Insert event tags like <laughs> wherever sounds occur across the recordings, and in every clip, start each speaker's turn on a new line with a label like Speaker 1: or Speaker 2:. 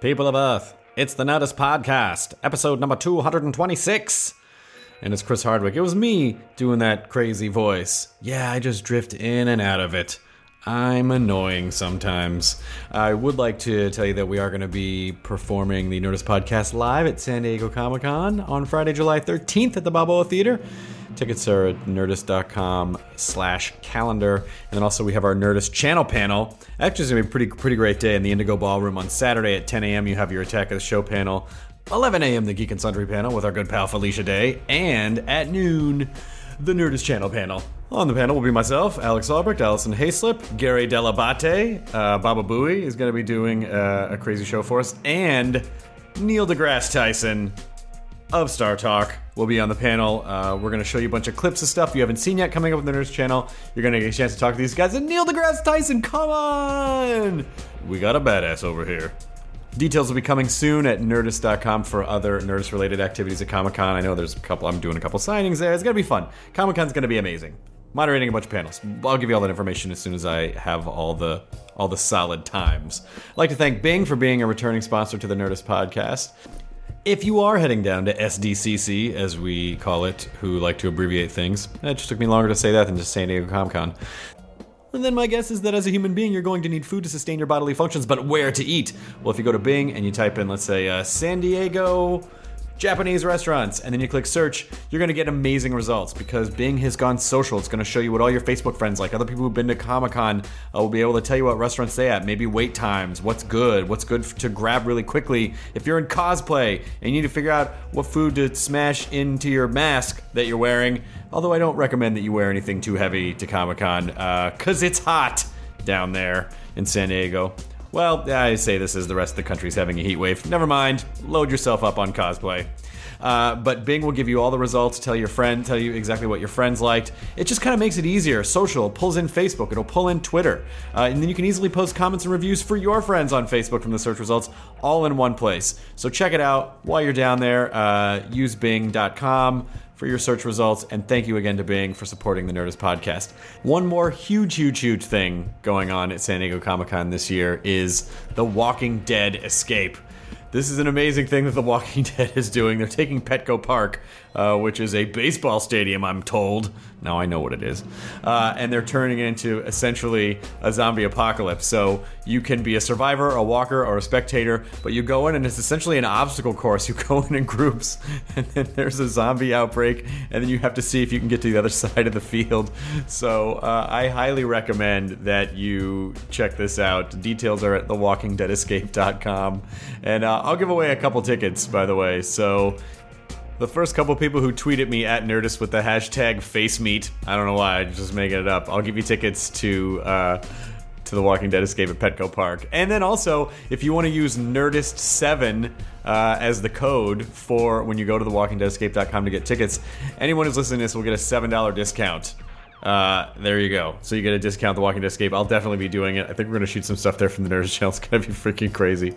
Speaker 1: People of Earth, it's the Nerdist Podcast, episode number 226. And it's Chris Hardwick. It was me doing that crazy voice. Yeah, I just drift in and out of it. I'm annoying sometimes. I would like to tell you that we are going to be performing the Nerdist Podcast live at San Diego Comic Con on Friday, July 13th at the Balboa Theater. Tickets are at nerdist.com slash calendar. And then also we have our Nerdist channel panel. Actually, it's going to be a pretty, pretty great day in the Indigo Ballroom on Saturday at 10 a.m. You have your Attack of the Show panel. 11 a.m. the Geek and Sundry panel with our good pal Felicia Day. And at noon, the Nerdist channel panel. On the panel will be myself, Alex Albrecht, Allison Hayslip, Gary Delabate, uh, Baba Booey is going to be doing uh, a crazy show for us, and Neil deGrasse Tyson of Star Talk will be on the panel. Uh, we're going to show you a bunch of clips of stuff you haven't seen yet coming up on the Nerdist channel. You're going to get a chance to talk to these guys. And Neil deGrasse Tyson, come on! We got a badass over here. Details will be coming soon at nerdist.com for other Nerdist related activities at Comic Con. I know there's a couple, I'm doing a couple signings there. It's going to be fun. Comic Con's going to be amazing. Moderating a bunch of panels. I'll give you all that information as soon as I have all the all the solid times. I'd like to thank Bing for being a returning sponsor to the Nerdist podcast. If you are heading down to SDCC, as we call it, who like to abbreviate things, eh, it just took me longer to say that than just San Diego Comic Con. And then my guess is that as a human being, you're going to need food to sustain your bodily functions, but where to eat? Well, if you go to Bing and you type in, let's say, uh, San Diego Japanese restaurants, and then you click search, you're going to get amazing results because Bing has gone social. It's going to show you what all your Facebook friends like. Other people who've been to Comic Con uh, will be able to tell you what restaurants they at, maybe wait times, what's good, what's good f- to grab really quickly. If you're in cosplay and you need to figure out what food to smash into your mask that you're wearing, although I don't recommend that you wear anything too heavy to Comic Con because it's hot down there in San Diego. Well, I say this as the rest of the country's having a heat wave. Never mind. Load yourself up on cosplay. Uh, but Bing will give you all the results, tell your friend, tell you exactly what your friends liked. It just kind of makes it easier. Social pulls in Facebook, it'll pull in Twitter, uh, and then you can easily post comments and reviews for your friends on Facebook from the search results, all in one place. So check it out while you're down there. Uh, use Bing.com for your search results, and thank you again to Bing for supporting the Nerdist podcast. One more huge, huge, huge thing going on at San Diego Comic Con this year is the Walking Dead escape. This is an amazing thing that The Walking <laughs> Dead is doing. They're taking Petco Park, uh, which is a baseball stadium, I'm told. Now I know what it is. Uh, and they're turning it into essentially a zombie apocalypse. So you can be a survivor, a walker, or a spectator, but you go in and it's essentially an obstacle course. You <laughs> go in in groups, and then there's a zombie outbreak, and then you have to see if you can get to the other <laughs> side of the field. So uh, I highly recommend that you check this out. Details are at thewalkingdeadescape.com. And uh, I'll give away a couple tickets, by the way. So the first couple people who tweet at me at Nerdist with the hashtag FaceMeat, I don't know why, I'm just making it up. I'll give you tickets to uh, to The Walking Dead Escape at Petco Park. And then also, if you want to use Nerdist7 uh, as the code for when you go to thewalkingdeadescape.com to get tickets, anyone who's listening to this will get a $7 discount. Uh, there you go. So you get a discount, The Walking Dead Escape. I'll definitely be doing it. I think we're going to shoot some stuff there from the Nerdist channel. <laughs> It's going to be freaking crazy.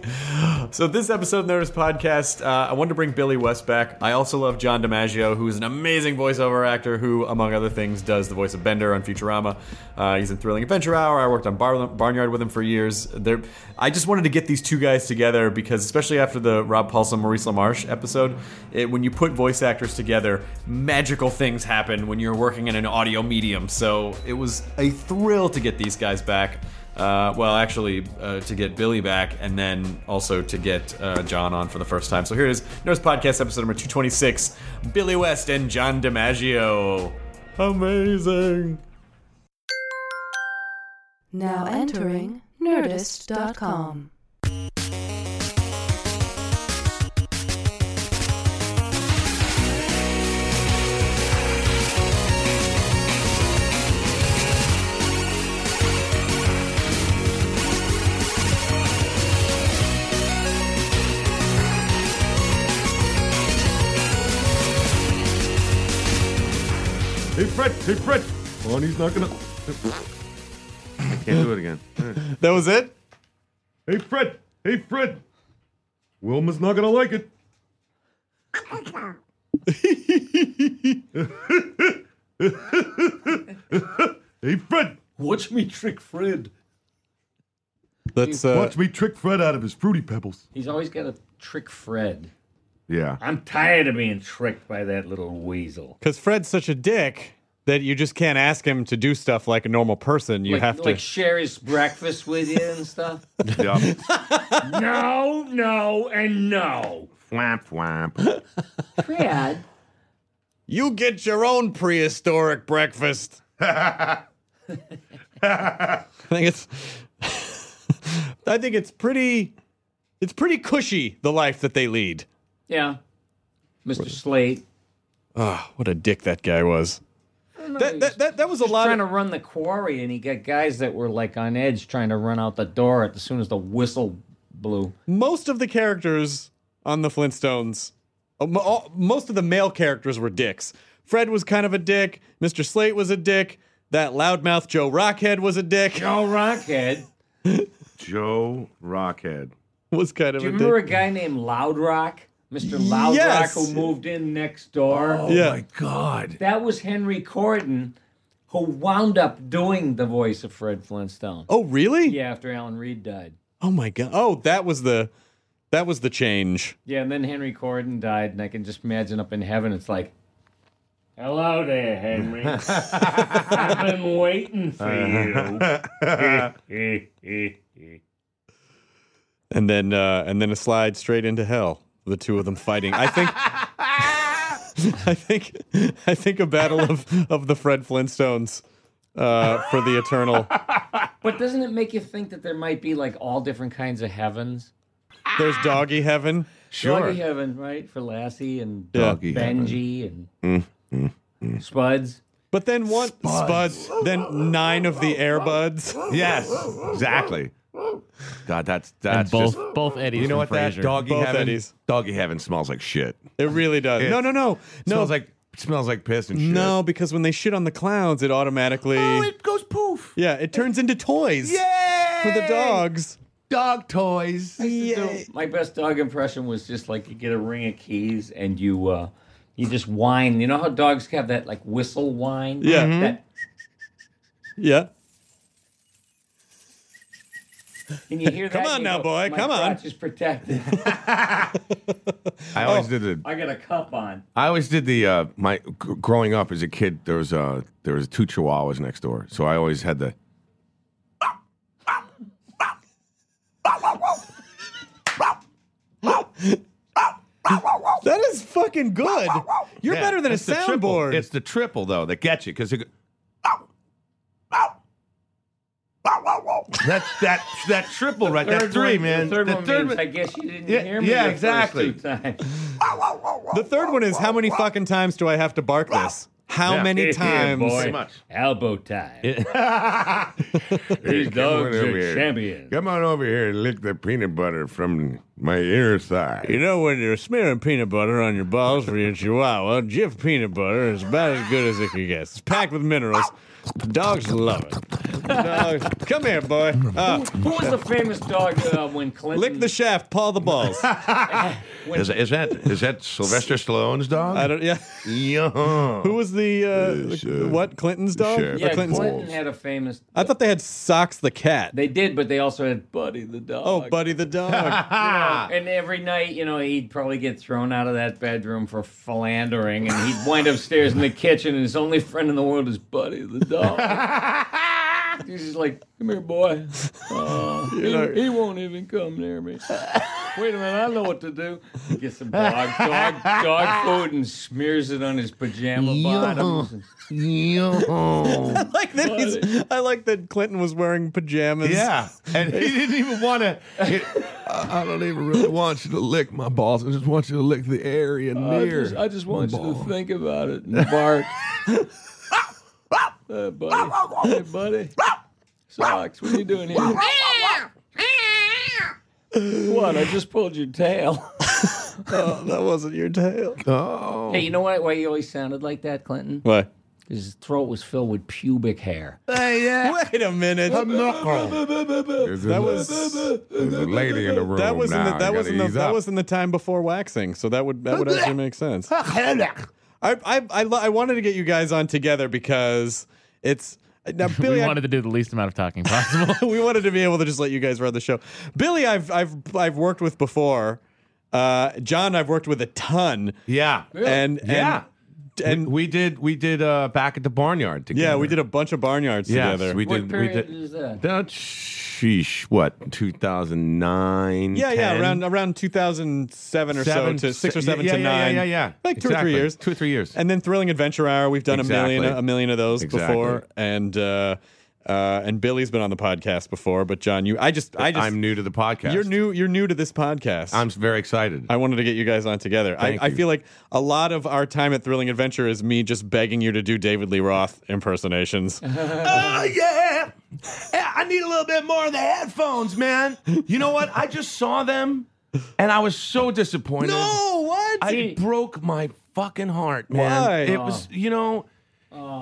Speaker 1: So this episode of Nerdist Podcast, uh, I wanted to bring Billy West back. I also love John DiMaggio, who is an amazing voiceover actor who, among other things, does the voice of Bender on Futurama. Uh, he's in Thrilling Adventure Hour. I worked on Bar- Barnyard with him for years. They're, I just wanted to get these two guys together because, especially after the Rob Paulson, Maurice LaMarche episode, it, when you put voice actors together, magical things happen when you're working in an audio medium. So it was a thrill to get these guys back.
Speaker 2: Uh, well, actually, uh, to get Billy back, and then also to get uh, John on for the first time. So here it is, Nerds Podcast episode number 226 Billy West and John DiMaggio. Amazing.
Speaker 3: Now entering Nerdist.com.
Speaker 2: Hey, Fred. Hey, Fred. Bonnie's not gonna.
Speaker 4: Can't do it again.
Speaker 2: That was it?
Speaker 5: Hey Fred! Hey Fred! Wilma's not gonna like it. hey Fred!
Speaker 6: Watch me trick Fred.
Speaker 1: That's uh,
Speaker 5: Watch me trick Fred out of his fruity pebbles.
Speaker 6: He's always got to trick Fred.
Speaker 4: Yeah.
Speaker 6: I'm tired of being tricked by that little weasel.
Speaker 1: because Fred's such a dick that you just can't ask him to do stuff like a normal person. You
Speaker 6: like,
Speaker 1: have to.
Speaker 6: like share his breakfast with you and <laughs> stuff.
Speaker 4: Yeah.
Speaker 6: no, no, and no.
Speaker 4: wamp wamp.
Speaker 6: Fred,
Speaker 1: <laughs> you get your own prehistoric breakfast. <laughs> I think it's. <laughs> I think it's pretty. It's pretty cushy the life that they lead.
Speaker 6: yeah, Mr. Slate,
Speaker 1: Oh, what a dick that guy was. That that, that, that was a lot.
Speaker 6: trying to
Speaker 1: Of,
Speaker 6: run the quarry, and he got guys that were like on edge, trying to run out the door at- as soon as the whistle blew.
Speaker 1: most of the characters on the Flintstones, uh, mo- all- most of the male characters were dicks. Fred was kind of a dick. Mr. Slate was a dick. That loudmouth Joe Rockhead was a dick. <laughs>
Speaker 6: Joe <laughs> Rockhead.
Speaker 4: Joe Rockhead.
Speaker 1: was kind of
Speaker 6: Do you
Speaker 1: a
Speaker 6: remember
Speaker 1: dick.
Speaker 6: a guy named Loud Rock? Mr. Loud
Speaker 1: Yes.
Speaker 6: Rock who moved in next door.
Speaker 1: yeah.
Speaker 5: God.
Speaker 6: That was Henry Corden who wound up doing the voice of Fred Flintstone.
Speaker 1: Oh, really?
Speaker 6: Yeah, after Alan Reed died.
Speaker 1: Oh my god. Oh, that was the that was the change.
Speaker 6: Yeah, and then Henry Corden died, and I can just imagine up in heaven it's like Hello there, Henry. I've been waiting for you.
Speaker 1: And then uh and then a slide straight into hell. The two of them fighting. I think <laughs> I think I think a battle of of the Fred Flintstones uh for the eternal.
Speaker 6: but doesn't it make you think that there might be like all different kinds of heavens?
Speaker 1: There's doggy heaven.
Speaker 6: Sure. heaven, right? For Lassie and
Speaker 1: Yeah.
Speaker 4: Doggy heaven.
Speaker 6: Benji and Spuds.
Speaker 1: But then one Spuds, then nine of the airbuds.
Speaker 4: Yes.
Speaker 6: <laughs>
Speaker 4: Exactly. God, that's that's
Speaker 7: both
Speaker 4: just.
Speaker 7: both Eddies.
Speaker 4: You know
Speaker 7: from
Speaker 4: what
Speaker 7: Frasier.
Speaker 4: that doggy
Speaker 1: Both
Speaker 4: heaven?
Speaker 1: Eddies.
Speaker 4: Doggy heaven smells like shit.
Speaker 1: It really does. no, no, no. No.
Speaker 4: Smells like smells like piss and shit.
Speaker 1: no, because when they shit on the clowns, it automatically
Speaker 4: Oh, it goes poof.
Speaker 1: Yeah, it turns into toys
Speaker 4: Yay!
Speaker 1: for the dogs.
Speaker 4: Dog toys.
Speaker 6: So my best dog impression was just like you get a ring of keys and you uh you just whine. You know how dogs have that like whistle whine?
Speaker 1: Yeah.
Speaker 4: Mm-hmm.
Speaker 1: Mhm.
Speaker 6: That-
Speaker 1: Yeah.
Speaker 6: and
Speaker 1: <laughs>
Speaker 6: you hear that.
Speaker 1: Come on
Speaker 6: and you
Speaker 1: now,
Speaker 6: go,
Speaker 1: boy,
Speaker 6: My
Speaker 1: come on."
Speaker 6: crotch is protected.
Speaker 4: I always did the
Speaker 6: <laughs> I got a cup on.
Speaker 4: I always did the uh, my g- growing up as a kid. There was uh, there was two Chihuahuas next door, so I always had the.
Speaker 1: That is fucking good. You're
Speaker 4: Yeah,
Speaker 1: better than a
Speaker 4: it's the triple.
Speaker 1: soundboard.
Speaker 4: It's the triple though that gets you because it. go- That that that triple right. That
Speaker 6: Third
Speaker 4: three
Speaker 6: one-
Speaker 4: man.
Speaker 6: The third one means,
Speaker 4: one-
Speaker 6: I guess you didn't
Speaker 4: Yeah,
Speaker 6: hear me.
Speaker 4: yeah,
Speaker 6: the first
Speaker 4: exactly.
Speaker 6: two times.
Speaker 1: <laughs> the third one is how many fucking times do I have to bark this? How
Speaker 4: <laughs> Yeah.
Speaker 1: many times?
Speaker 4: Pretty much.
Speaker 6: Elbow time. <laughs> These dogs
Speaker 4: over
Speaker 6: are
Speaker 4: here.
Speaker 6: champions.
Speaker 4: Come on over here and lick the peanut butter from my inner thigh.
Speaker 1: know, when you're smearing peanut butter on your balls for your chihuahua, Jif peanut butter is about as good as it can get. It's packed with minerals. Dogs love it. Dogs. Come here, boy. Uh,
Speaker 6: Who was the famous dog uh, when Clinton?
Speaker 1: lick the shaft, paw the balls.
Speaker 4: Is, is that is that Sylvester Stallone's dog?
Speaker 1: I don't. Yeah.
Speaker 4: Yeah.
Speaker 1: <laughs> Who was the uh,
Speaker 4: sure.
Speaker 1: what? Clinton's dog?
Speaker 4: Sure.
Speaker 1: Or
Speaker 6: yeah,
Speaker 1: Clinton's.
Speaker 6: Clinton had a famous.
Speaker 1: I thought they had socks the cat.
Speaker 6: They did, but they also had Buddy the dog.
Speaker 1: Oh, Buddy the
Speaker 4: <laughs>
Speaker 1: dog.
Speaker 6: And every night, you know, he'd probably get thrown out of that bedroom for philandering, and he'd wind upstairs in the kitchen, and his only friend in the world is Buddy the dog.
Speaker 7: He's just like, come here, boy. Uh, he,
Speaker 1: like-
Speaker 7: he won't even come near me. Wait a minute, I know what to do. He gets some dog, dog, dog food and smears it on his pajama bottoms. and-
Speaker 4: Yo.
Speaker 1: <laughs> like that he's, I like that Clinton was wearing pajamas.
Speaker 4: yeah, and he didn't even want to. I I don't even really want you to lick my balls. I just want you to lick the area
Speaker 7: I
Speaker 4: near.
Speaker 7: just, I just want you
Speaker 4: ball.
Speaker 7: to think about it and bark. hey, buddy. Hey, buddy. Socks, what are you doing here? what? I just pulled your tail.
Speaker 1: Oh, <laughs> that wasn't your tail.
Speaker 8: Uh,
Speaker 4: oh,
Speaker 7: Hey, you know what? Why you always sounded like that, Clinton?
Speaker 1: What?
Speaker 7: His throat was filled with pubic hair.
Speaker 1: Wait a minute.
Speaker 4: Um, that <laughs>
Speaker 1: was-
Speaker 4: there's a lady in the room.
Speaker 1: That was in the,
Speaker 4: now.
Speaker 1: that
Speaker 4: You
Speaker 1: was in the
Speaker 4: gotta ease
Speaker 1: that
Speaker 4: up.
Speaker 1: was in the time before waxing, so that would that would actually make
Speaker 4: <laughs>
Speaker 1: sense. I I I, lo- I wanted to get you guys on together because it's now Billy.
Speaker 8: <laughs> we
Speaker 1: I-
Speaker 8: wanted to do the least amount of talking
Speaker 1: <laughs>
Speaker 4: <laughs>
Speaker 8: possible.
Speaker 1: we wanted to be able to just let you guys run the show. Billy, I've I've I've worked with before. Uh, John, I've worked with a ton.
Speaker 4: yeah,
Speaker 1: And
Speaker 4: Yeah.
Speaker 1: and, and
Speaker 4: we did we did uh back at the barnyard together.
Speaker 1: yeah, we did a <laughs> bunch of barnyards
Speaker 4: yes,
Speaker 1: together.
Speaker 4: we
Speaker 7: What
Speaker 4: did we
Speaker 7: period
Speaker 4: did.
Speaker 7: is that?
Speaker 4: That sheesh, what 2009?
Speaker 1: yeah, yeah, around uh, around 2007 or so to six or seven
Speaker 4: yeah,
Speaker 1: to
Speaker 4: yeah,
Speaker 1: nine.
Speaker 4: Yeah, yeah, yeah.
Speaker 1: like two or
Speaker 4: Exactly.
Speaker 1: three years.
Speaker 4: Two or three years.
Speaker 1: And then Thrilling Adventure Hour, we've done a million
Speaker 4: Exactly.
Speaker 1: a million of those
Speaker 4: Exactly.
Speaker 1: before, and uh, uh, and Billy's been on the podcast before, but John, you, I just, I just,
Speaker 4: I'm new to the podcast.
Speaker 1: You're new. You're new to this podcast.
Speaker 4: I'm very excited.
Speaker 1: I wanted to get you guys on together. I,
Speaker 4: Thank
Speaker 1: I
Speaker 4: you.
Speaker 1: feel like a lot of our time at Thrilling Adventure is me just begging you to do David Lee Roth impersonations.
Speaker 4: Oh yeah. Yeah, I need a little bit more of the headphones, man. You know what? I just saw them and I was so disappointed.
Speaker 1: what?
Speaker 4: I broke my fucking heart, man.
Speaker 1: Why?
Speaker 4: It was, you know,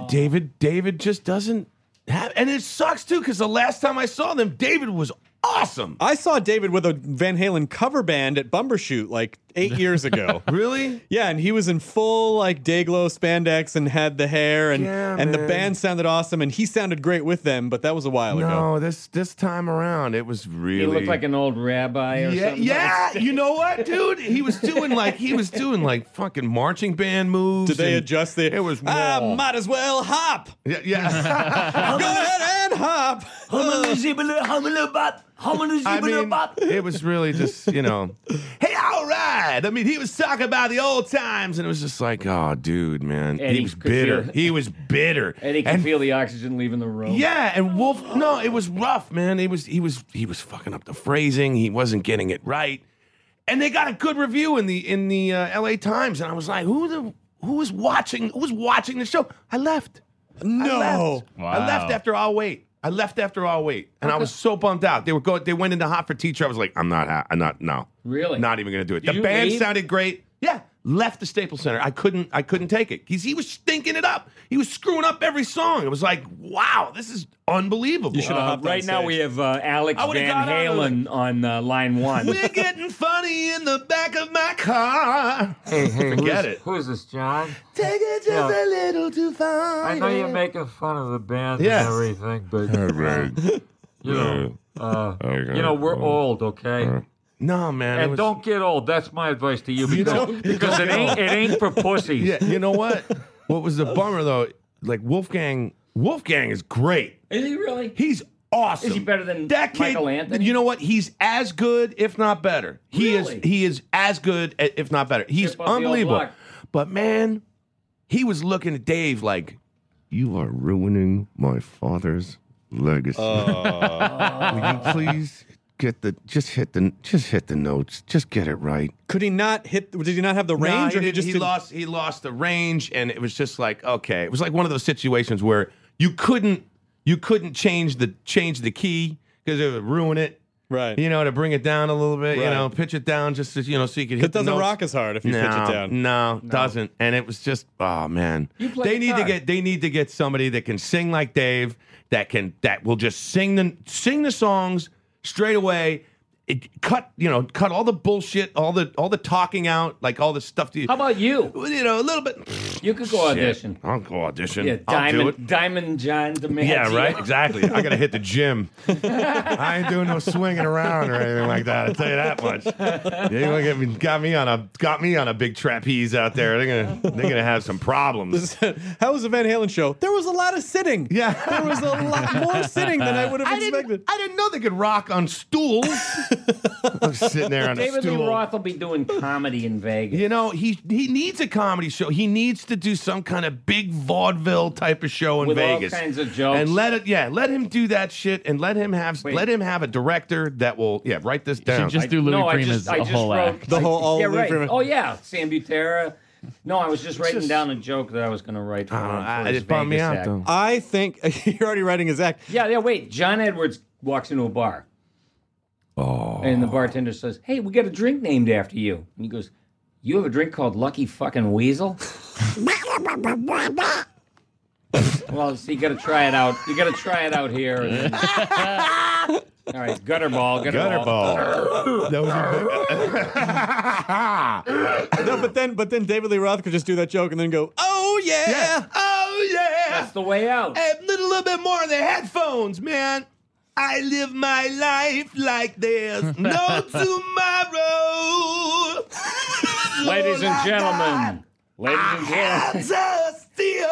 Speaker 4: David David just doesn't have and it sucks too cuz the last time I saw them, David was awesome.
Speaker 1: I saw David with a Van Halen cover band at Bumbershoot like eight years ago.
Speaker 4: <laughs> Really?
Speaker 1: Yeah, and he was in full like Dayglow spandex and had the hair and
Speaker 4: Yeah,
Speaker 1: and the
Speaker 4: man.
Speaker 1: band sounded awesome and he sounded great with them, but that was a while ago.
Speaker 4: No, this this time around it was really
Speaker 6: You look like an old rabbi or
Speaker 4: yeah,
Speaker 6: something.
Speaker 4: yeah. You know what, dude? He was doing like he was doing like fucking marching band moves.
Speaker 1: Did they
Speaker 4: and-
Speaker 1: adjust the
Speaker 4: It was
Speaker 1: I
Speaker 4: wrong.
Speaker 1: might as well hop.
Speaker 4: Yeah, yeah.
Speaker 1: Go ahead and hop.
Speaker 4: I mean, it was really just you know. <laughs> hey, all right. I mean, he was talking about the old times, and it was just like, oh, dude, man,
Speaker 6: Eddie
Speaker 4: he was
Speaker 6: could
Speaker 4: bitter.
Speaker 6: feel-
Speaker 4: He was bitter.
Speaker 6: And he can feel the oxygen leaving the room.
Speaker 4: Yeah, and Wolf. No, it was rough, man. He was he was he was fucking up the phrasing. He wasn't getting it right, and they got a good review in the in the uh, L.A. Times. And I was like, who the who was watching who was watching the show? I left.
Speaker 1: No.
Speaker 4: I left. I
Speaker 8: Wow.
Speaker 4: left after I'll wait. I left after I'll wait, and I was so bummed out. They were go. They went into hot for teacher. I was like, I'm not. ha- I'm not. No.
Speaker 6: Really?
Speaker 4: Not even gonna do it.
Speaker 6: Did
Speaker 4: the
Speaker 6: you
Speaker 4: band
Speaker 6: leave?
Speaker 4: sounded great. Yeah. Left the Staples Center. I couldn't. I couldn't take it because he was stinking it up. He was screwing up every song. It was like, wow, this is unbelievable.
Speaker 1: You should have
Speaker 6: Uh, right now we have uh, Alex
Speaker 4: I would've
Speaker 6: Van
Speaker 4: got out of
Speaker 6: Halen on uh, line
Speaker 4: <laughs>
Speaker 6: one.
Speaker 4: We're
Speaker 6: <laughs>
Speaker 4: getting funny in the back of my car. Forget it.
Speaker 7: Who's this, John?
Speaker 4: Take it just a little too far.
Speaker 7: I know you're making fun of the band
Speaker 4: Yeah.
Speaker 7: and everything, but you
Speaker 4: <laughs>
Speaker 7: know,
Speaker 4: Oh
Speaker 7: uh, you know we're old, okay?
Speaker 4: No, man. it
Speaker 7: and
Speaker 4: was-
Speaker 7: don't get old. That's my advice to you, because,
Speaker 4: don't-
Speaker 7: because it ain't it ain't for pussies.
Speaker 4: Yeah, you know what? what was the bummer though? Like Wolfgang, Wolfgang is great.
Speaker 6: Is he really?
Speaker 4: He's awesome.
Speaker 6: Is he better than
Speaker 4: that kid?
Speaker 6: Michael Anthony?
Speaker 4: You know what? He's as good, if not better. He
Speaker 6: Really?
Speaker 4: is. He is as good, i- if not better. He's
Speaker 6: Chip off the old
Speaker 4: unbelievable.
Speaker 6: block.
Speaker 4: But man, he was looking at Dave like, "You are ruining my father's legacy. <laughs> Will you please get the just hit the just hit the notes, just get it right."
Speaker 1: Could he not hit did he not have the
Speaker 4: No,
Speaker 1: range
Speaker 4: he
Speaker 1: or he
Speaker 4: didn't.
Speaker 1: just
Speaker 4: he
Speaker 1: didn't-
Speaker 4: lost he lost the range and it was just like okay it was like one of those situations where you couldn't you couldn't change the change the key because it would ruin it
Speaker 1: Right.
Speaker 4: you know to bring it down a little bit you
Speaker 1: Right.
Speaker 4: know pitch it down just to, you know so you could hit
Speaker 1: It doesn't
Speaker 4: the notes.
Speaker 1: rock as hard if you
Speaker 4: no,
Speaker 1: pitch it down.
Speaker 4: No, doesn't. And it was just oh man.
Speaker 7: play
Speaker 4: They need to
Speaker 7: guitar.
Speaker 4: get they need to get somebody that can sing like Dave, that can that will just sing the sing the songs straight away. I- it, cut you know cut all the bullshit, all the all the talking out, like all the stuff. To,
Speaker 6: How about you?
Speaker 4: You know, a little bit.
Speaker 6: You could go audition.
Speaker 4: I'll go audition.
Speaker 6: Yeah,
Speaker 4: I'll do
Speaker 6: Diamond
Speaker 4: it.
Speaker 6: Diamond John Dimaggio.
Speaker 4: Yeah, right. Exactly. I gotta hit the
Speaker 6: <laughs>
Speaker 4: gym. I ain't doing no swinging around or anything like that. I tell you that much. They gonna get me, got me on a got me on a big trapeze out there. They're gonna they're gonna have some problems.
Speaker 1: <laughs> How was the Van Halen show? There was a lot of sitting.
Speaker 4: Yeah.
Speaker 1: There was a lot more sitting than I would have
Speaker 4: <laughs> I didn't,
Speaker 1: expected.
Speaker 4: I didn't know they could rock on stools. <laughs> I'm sitting there on a
Speaker 6: David
Speaker 4: stool.
Speaker 6: Lee Roth will be doing comedy in Vegas.
Speaker 4: You know, he he needs a comedy show. He needs to do some kind of big vaudeville type of show in
Speaker 6: With all
Speaker 4: Vegas.
Speaker 6: kinds of jokes.
Speaker 4: And let it yeah, let him do that shit and let him have
Speaker 6: Wait.
Speaker 4: let him have a director that will yeah, write this down.
Speaker 8: just do Louis
Speaker 6: no, I
Speaker 8: Prima's
Speaker 6: just, I
Speaker 8: a
Speaker 6: just
Speaker 8: whole
Speaker 6: wrote,
Speaker 8: act.
Speaker 1: The whole- all
Speaker 6: yeah,
Speaker 1: Louis
Speaker 6: right.
Speaker 1: Prima.
Speaker 6: Oh yeah, Sam Butera. No, I was just writing down a joke that I was going to write. For, him
Speaker 4: Uh, I-
Speaker 6: for
Speaker 4: it
Speaker 6: his
Speaker 4: bummed me
Speaker 6: Vegas
Speaker 4: out,
Speaker 6: act.
Speaker 4: though.
Speaker 1: I think <laughs> you're already writing his
Speaker 4: <sighs>
Speaker 1: act.
Speaker 6: Yeah, yeah. Wait, John Edwards walks into a bar. Oh. And the bartender says, "Hey, we got a drink named after you." And he goes, "You have a drink called Lucky Fucking Weasel." well, so you got to try it out. You got to try it out here.
Speaker 4: <laughs>
Speaker 6: and then- All right, gutterball, gutterball.
Speaker 4: Gutterball. that was a big-
Speaker 1: No, but then but then David Lee Roth could just do that joke and then go, <laughs> "Oh yeah."
Speaker 4: yeah. Oh yeah.
Speaker 6: That's the way out.
Speaker 4: A little, little bit more of the headphones, man. I live my life like there's no <laughs> tomorrow.
Speaker 6: Ladies and gentlemen, ladies and gentlemen.
Speaker 4: Hands are still.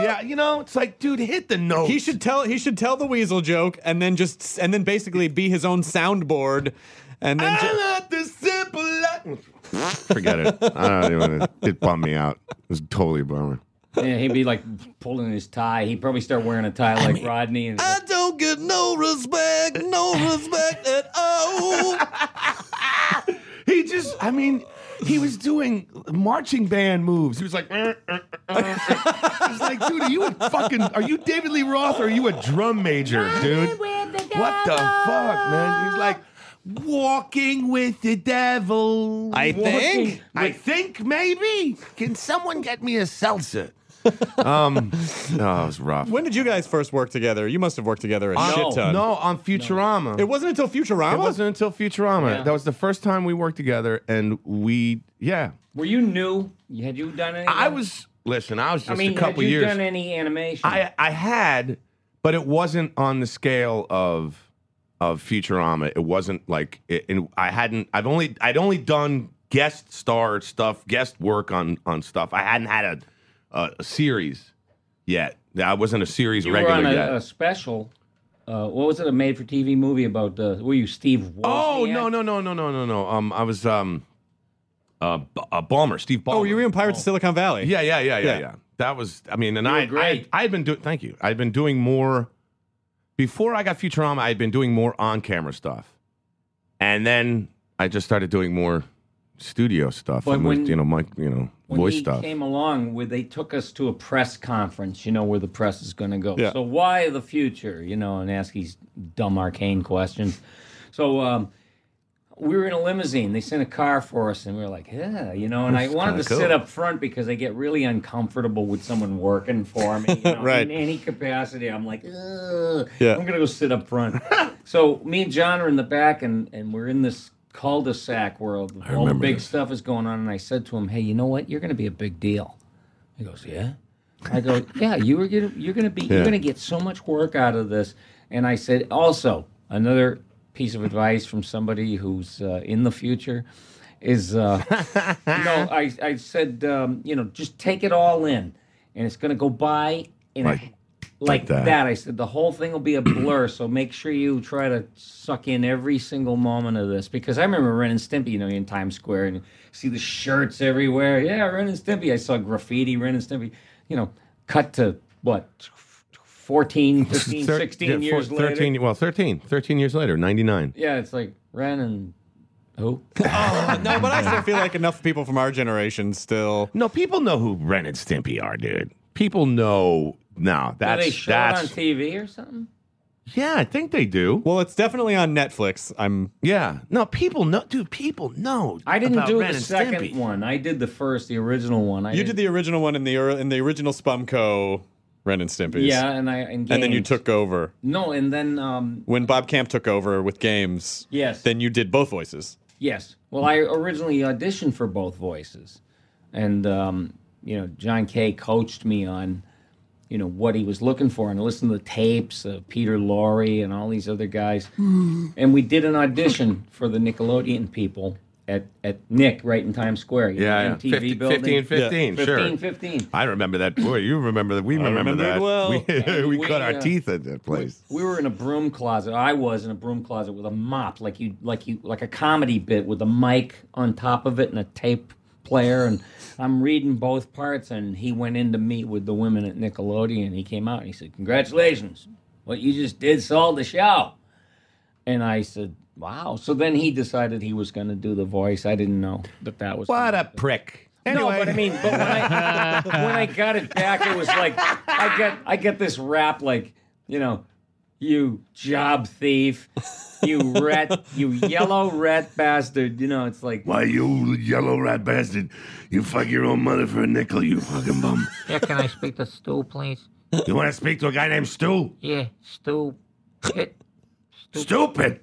Speaker 4: Yeah, you know, it's like, dude, hit the note.
Speaker 1: He should tell he should tell the weasel joke and then just and then basically be his own soundboard and then
Speaker 4: I
Speaker 1: ju-
Speaker 4: love the simple life. Forget it. I don't even. It bummed me out. It was totally bummer.
Speaker 6: Yeah, he'd be like pulling his tie. He'd probably start wearing a tie like Rodney. And
Speaker 1: I don't get no respect, no respect at all.
Speaker 4: He just, I mean, he was doing marching band moves. He was like, "Eh, eh, eh, eh." it's like, dude, are you a fucking, are you David Lee Roth or are you a drum major, dude? What the fuck, man? He's like, walking with the devil.
Speaker 1: I think-
Speaker 4: Walking- I think maybe. Can someone get me
Speaker 1: <laughs>
Speaker 4: a seltzer? um, no, it was rough.
Speaker 1: When did you guys first work together? You must have worked together a
Speaker 6: Uh,
Speaker 1: shit ton.
Speaker 4: No, on Futurama.
Speaker 1: It wasn't until Futurama.
Speaker 4: It wasn't until Futurama.
Speaker 6: Yeah.
Speaker 4: That was the first time we worked together, and we, yeah.
Speaker 6: were you new? Had you done any? uh,
Speaker 4: I was, listen, I was just
Speaker 6: I mean,
Speaker 4: a couple
Speaker 6: had you
Speaker 4: years.
Speaker 6: done any animation?
Speaker 4: I, I had, but it wasn't on the scale of of Futurama. It wasn't like, it, and I hadn't, I've only, I'd only done guest star stuff, guest work on on stuff. I hadn't had a, a, a series yet. I wasn't a series
Speaker 6: you were
Speaker 4: regular
Speaker 6: on
Speaker 4: yet.
Speaker 6: a, a special. Uh, what was it? A made-for-TV movie about? Uh, were you Steve? Wozniak?
Speaker 4: oh no no no no no no no. Um, I was um, uh, B- uh Ballmer, Steve Ballmer.
Speaker 1: Oh, you were in Pirates of Silicon Valley.
Speaker 4: <laughs> Yeah, yeah, yeah, yeah,
Speaker 1: Yeah.
Speaker 4: yeah. That was, I mean, and
Speaker 6: You were
Speaker 4: I,
Speaker 6: great.
Speaker 4: I, I'd been doing. Thank you. I'd been doing more before I got Futurama. I'd been doing more on-camera stuff, and then I just started doing more studio stuff.
Speaker 6: But
Speaker 4: and was,
Speaker 6: when-
Speaker 4: you know, Mike, you know,
Speaker 6: When
Speaker 4: voice
Speaker 6: he
Speaker 4: stuff.
Speaker 6: came along, where they took us to a press conference, you know where the press is going to go.
Speaker 1: Yeah.
Speaker 6: So why the future? You know, and ask these dumb arcane questions. So um, we were in a limousine. They sent a car for us, and we were like, yeah, you know. And I wanted
Speaker 4: kinda
Speaker 6: to
Speaker 4: cool.
Speaker 6: sit up front because I get really uncomfortable with someone working for
Speaker 1: <laughs>
Speaker 6: me. You know,
Speaker 1: Right.
Speaker 6: In any capacity, I'm like, Ugh,
Speaker 1: Yeah.
Speaker 6: I'm gonna go sit up
Speaker 1: <laughs>
Speaker 6: front. so me and John are in the back, and and we're in this cul-de-sac world. All the
Speaker 4: remember
Speaker 6: big
Speaker 4: this.
Speaker 6: stuff is going on, and I said to him, "Hey, you know what? You're gonna be a big deal." He goes, "Yeah." I go, <laughs> "Yeah, you were gonna, you're gonna be, you're
Speaker 4: Yeah.
Speaker 6: gonna get so much work out of this." And I said, also another piece of advice from somebody who's uh, in the future is, uh, <laughs> you know, I I said, um, you know, just take it all in, and it's gonna go by in a-
Speaker 4: Like-
Speaker 6: like,
Speaker 4: that.
Speaker 6: that. I said the whole thing will be a blur, so make sure you try to suck in every single moment of this because I remember Ren and Stimpy, you know, in Times Square and you see the shirts everywhere. Yeah, Ren and Stimpy. I saw graffiti Ren and Stimpy. You know, cut to what 14, 15,
Speaker 4: Thir-
Speaker 6: 16
Speaker 4: yeah, four-
Speaker 6: years later.
Speaker 4: 13, Well, 13, 13 years later, 99.
Speaker 6: Yeah, it's like Ren and who?
Speaker 1: No, but I still feel like enough people from our generation still.
Speaker 4: No, people know who Ren and Stimpy are, dude. People know. No,
Speaker 6: Do
Speaker 4: that's
Speaker 6: they show it
Speaker 4: that's
Speaker 6: on TV or something?
Speaker 4: yeah. I think they do.
Speaker 1: Well, it's definitely on Netflix. I'm
Speaker 4: Yeah, no, people know, dude. People know.
Speaker 6: I didn't
Speaker 4: about
Speaker 6: do
Speaker 4: Ren
Speaker 6: the
Speaker 4: and
Speaker 6: second
Speaker 4: Stimpy.
Speaker 6: one. I did the first, the original one. I
Speaker 1: You did the original one in the or- in the original Spumco Ren and Stimpy's.
Speaker 6: Yeah, and I- and
Speaker 1: and then you
Speaker 6: games.
Speaker 1: took over
Speaker 6: No, and then um,
Speaker 1: when Bob Camp took over with games.
Speaker 6: Yes.
Speaker 1: Then you did both voices.
Speaker 6: Yes. Well, I originally auditioned for both voices, and um, you know, John Kay coached me on, you know, what he was looking for, and I listened to the tapes of Peter Lorre and all these other guys, and we did an audition for the Nickelodeon people at at Nick right in Times Square. you know, MTV
Speaker 4: 50
Speaker 6: building.
Speaker 4: 15, 15, sure.
Speaker 6: 15, 15.
Speaker 4: I remember that. Boy, you remember that. We remember,
Speaker 1: remember it
Speaker 4: that.
Speaker 1: well.
Speaker 4: We, <laughs> we cut our
Speaker 6: uh,
Speaker 4: teeth at that place.
Speaker 6: We were in a broom closet. I was in a broom closet with a mop, like you, like you, like a comedy bit with a mic on top of it and a tape player. And I'm reading both parts. And he went in to meet with the women at Nickelodeon. He came out and he said, "Congratulations, what you just did sold the show." And I said, "Wow." So then he decided he was going to do the voice. I didn't know that that was
Speaker 4: What a prick. Anyway,
Speaker 6: no, but I mean, but when I <laughs> when I got it back, it was like I got I got this rap like you know, you job thief, you rat, you yellow rat bastard. You know, it's like
Speaker 4: why you yellow rat bastard? You fuck your own mother for a nickel, you fucking bum.
Speaker 9: Yeah, can I speak to Stu, please?
Speaker 4: You want to speak to a guy named Stu?
Speaker 9: Yeah, Stu. It,
Speaker 4: Stupid.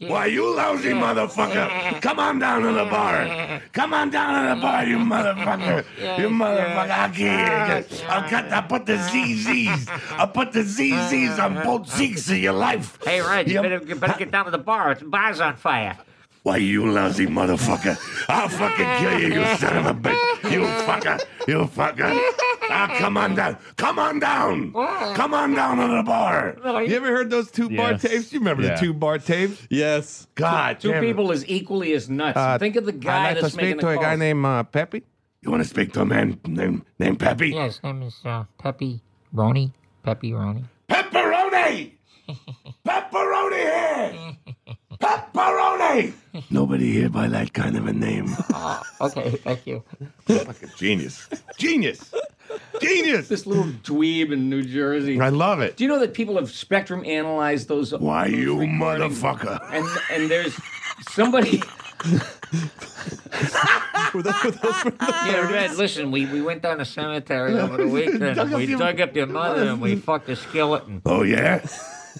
Speaker 4: Why you lousy motherfucker? Come on down to the bar. Come on down to the bar, you motherfucker. You motherfucker. I'll, get you. I'll, cut, I'll put the ZZs. I'll put the ZZs on both cheeks of your life.
Speaker 9: hey, Red, you better, you better get down to the bar. The bar's on fire.
Speaker 4: Why you lousy motherfucker? I'll fucking kill you, you son of a bitch. You fucker. You fucker. Ah, come on down. Come on down. Come on down to the bar. You ever heard those two bar
Speaker 8: Yes.
Speaker 4: tapes? You remember
Speaker 8: Yeah.
Speaker 4: the two bar tapes?
Speaker 1: Yes.
Speaker 4: God,
Speaker 6: two
Speaker 4: damn it.
Speaker 6: people is equally as nuts. Think of the guy
Speaker 4: Uh, I'd like to
Speaker 6: that's making
Speaker 4: speak
Speaker 6: the
Speaker 4: to a guy
Speaker 6: calls.
Speaker 4: named uh, Peppy. You want to speak to a man named named Peppy?
Speaker 9: Yeah, his name is uh, Peppy Roney. Peppy Roney.
Speaker 4: Pepperoni! Pepperoni here! Pepperoni! Nobody here by that kind of a name.
Speaker 9: Okay, thank you.
Speaker 4: Fucking genius. Genius. Genius.
Speaker 6: this little dweeb in New Jersey.
Speaker 4: I love it.
Speaker 6: Do you know that people have spectrum analyzed those?
Speaker 4: Why
Speaker 6: those
Speaker 4: you
Speaker 6: recordings?
Speaker 4: motherfucker?
Speaker 6: And and there's somebody.
Speaker 1: Were those- were those from the-
Speaker 9: Yeah, Red, listen, we, we <laughs> went down to cemetery over the weekend. and we dug up your mother and we fucked a skeleton.
Speaker 4: Oh yeah?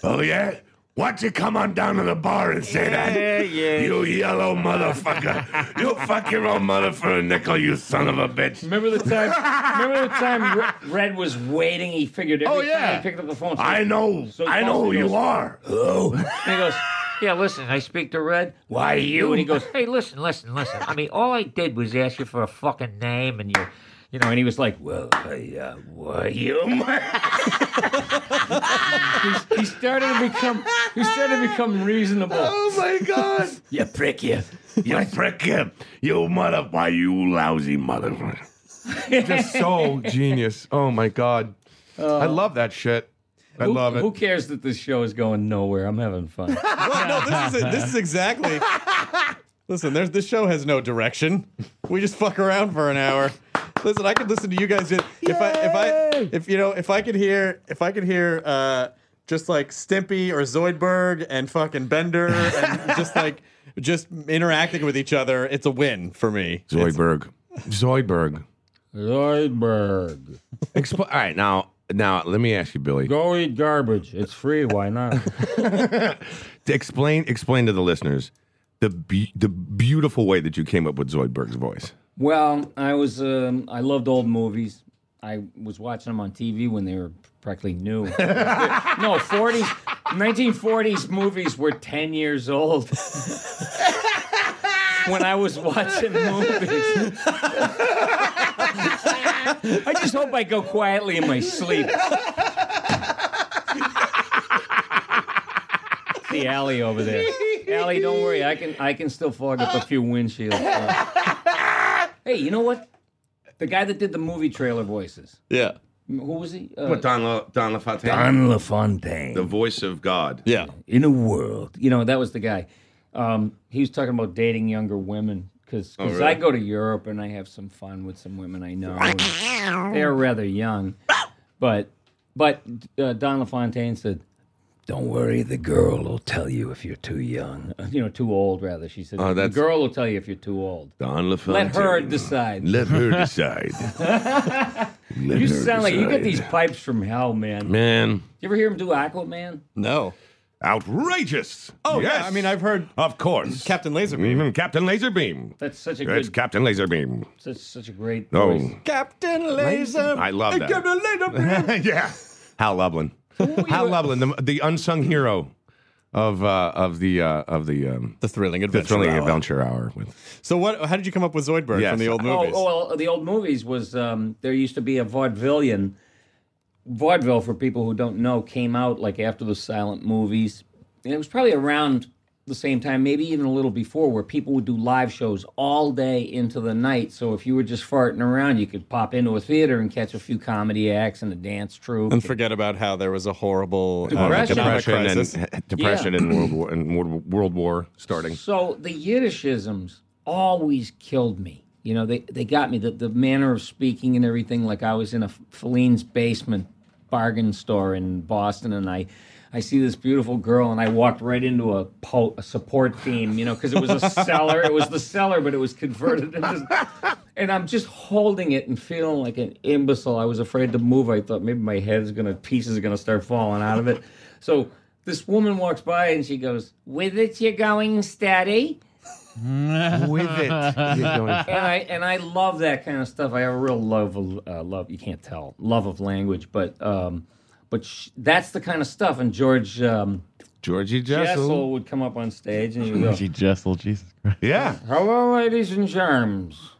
Speaker 4: Oh yeah? Why don't you come on down to the bar and say that?
Speaker 9: yeah.
Speaker 4: You yellow motherfucker. you fuck your own mother for a nickel, you son of a bitch.
Speaker 6: Remember the time? remember the time Re-
Speaker 9: <laughs>
Speaker 6: Red was waiting? He figured every
Speaker 4: Oh, yeah.
Speaker 6: time he picked up the phone. so-
Speaker 4: I know.
Speaker 6: So
Speaker 4: I know who
Speaker 6: Kelsey
Speaker 4: you
Speaker 6: goes-
Speaker 4: are. Oh.
Speaker 6: and he goes,
Speaker 9: Yeah, listen, I speak to Red.
Speaker 4: Why you?
Speaker 9: And he goes, hey, listen, listen, listen. I mean, all I did was ask you for a fucking name and you, you know, and he was like, well, I, uh, why you?
Speaker 6: he started to become, he started to become reasonable.
Speaker 4: <laughs> Oh my god! you prick you. You prick you. You mother why you lousy motherfucker. Just so genius. Oh my god. I love that shit. I
Speaker 6: Who-
Speaker 4: love it.
Speaker 6: Who cares that this show is going nowhere? I'm having fun.
Speaker 1: Well, no, this is it. This is exactly. Listen, there's this show has no direction. We just fuck around for an hour. Listen, I could listen to you guys just, if I if I if you know if I could hear if I could hear uh just like Stimpy or Zoidberg and fucking Bender and just like just interacting with each other, it's a win for me.
Speaker 4: Zoidberg. Zoidberg.
Speaker 6: <laughs> Zoidberg,
Speaker 4: Expl- All right, now now let me ask you, Billy.
Speaker 6: go eat garbage. It's free. Why not?
Speaker 4: To explain explain to the listeners the be- the beautiful way that you came up with Zoidberg's voice.
Speaker 6: Well, I was um, I loved old movies. I was watching them on TV when they were practically new. no, 40s, 1940s movies were 10 years old. when I was watching movies. I just hope I go quietly in my sleep. the alley over there. Alley, don't worry. I can I can still fog up a few windshields. Uh, hey, you know what? The guy that did the movie trailer voices.
Speaker 1: Yeah.
Speaker 6: Who was he? Uh,
Speaker 4: Don La, Don LaFontaine?
Speaker 6: LaFontaine.
Speaker 4: voice of God.
Speaker 1: Yeah.
Speaker 6: in a world. You know, that was the guy. Um, he was talking about dating younger women because I go to Europe and I have some fun with some women I know. and they're rather young, but but uh, Don LaFontaine said, "Don't worry, the girl will tell you if you're too young. <laughs> You know, too old rather." She said, "The
Speaker 4: that's-
Speaker 6: girl will tell you if you're too old.
Speaker 4: Don LaFontaine.
Speaker 6: Let her decide."
Speaker 4: Let her decide.
Speaker 6: <laughs> You sound like you get these pipes from hell, man.
Speaker 4: Man.
Speaker 6: You ever hear him do Aquaman?
Speaker 1: No.
Speaker 4: Outrageous.
Speaker 6: Oh, yeah,
Speaker 4: yes.
Speaker 6: I mean,
Speaker 1: I've heard.
Speaker 4: Of course.
Speaker 1: Captain Laserbeam.
Speaker 4: Even Captain Laserbeam.
Speaker 6: That's such a
Speaker 4: It's
Speaker 6: good.
Speaker 4: Captain Laserbeam.
Speaker 6: Such, such a great.
Speaker 4: Oh.
Speaker 6: voice.
Speaker 1: Captain
Speaker 4: Laser.
Speaker 6: um,
Speaker 4: I love that.
Speaker 1: Captain
Speaker 4: <laughs>
Speaker 1: Laserbeam.
Speaker 4: yeah. Hal Lublin. Hal Lublin, the, the unsung hero of uh, of the uh, of the um,
Speaker 1: the thrilling
Speaker 4: the
Speaker 1: adventure.
Speaker 4: thrilling
Speaker 1: hour.
Speaker 4: adventure hour with
Speaker 1: So what? How did you come up with Zoidberg
Speaker 4: Yes.
Speaker 1: from the old
Speaker 6: Oh,
Speaker 1: movies?
Speaker 6: oh, well, the old movies was um, there used to be a vaudevillian. Vaudeville, for people who don't know, came out like after the silent movies. And it was probably around the same time, maybe even a little before, where people would do live shows all day into the night. So if you were just farting around, you could pop into a theater and catch a few comedy acts and a dance troupe.
Speaker 1: And forget about how there was a horrible uh,
Speaker 6: Depression.
Speaker 1: economic
Speaker 4: depression
Speaker 1: crisis.
Speaker 4: and <laughs> depression
Speaker 6: Yeah.
Speaker 4: and world war and world, world war starting.
Speaker 6: So the Yiddishisms always killed me. You know, they, they got me the, the manner of speaking and everything. Like I was in a Feline's basement bargain store in Boston, and I I see this beautiful girl, and I walked right into a, po- a support theme. You know, because it was a cellar. It was the cellar, but it was converted into. And I'm just holding it and feeling like an imbecile. I was afraid to move. I thought maybe my head's gonna pieces are gonna start falling out of it. So this woman walks by and she goes, "With it, you're going steady."
Speaker 4: <laughs> With it, you're going-
Speaker 6: and I and I love that kind of stuff. I have a real love of uh, love. You can't tell love of language, but um, but sh- that's the kind of stuff. And George um,
Speaker 4: Georgie
Speaker 6: Jessel
Speaker 4: Jessel.
Speaker 6: would come up on stage and he would go,
Speaker 8: G. Jessel, Jesus Christ.
Speaker 4: Yeah.
Speaker 6: Hello, ladies and germs.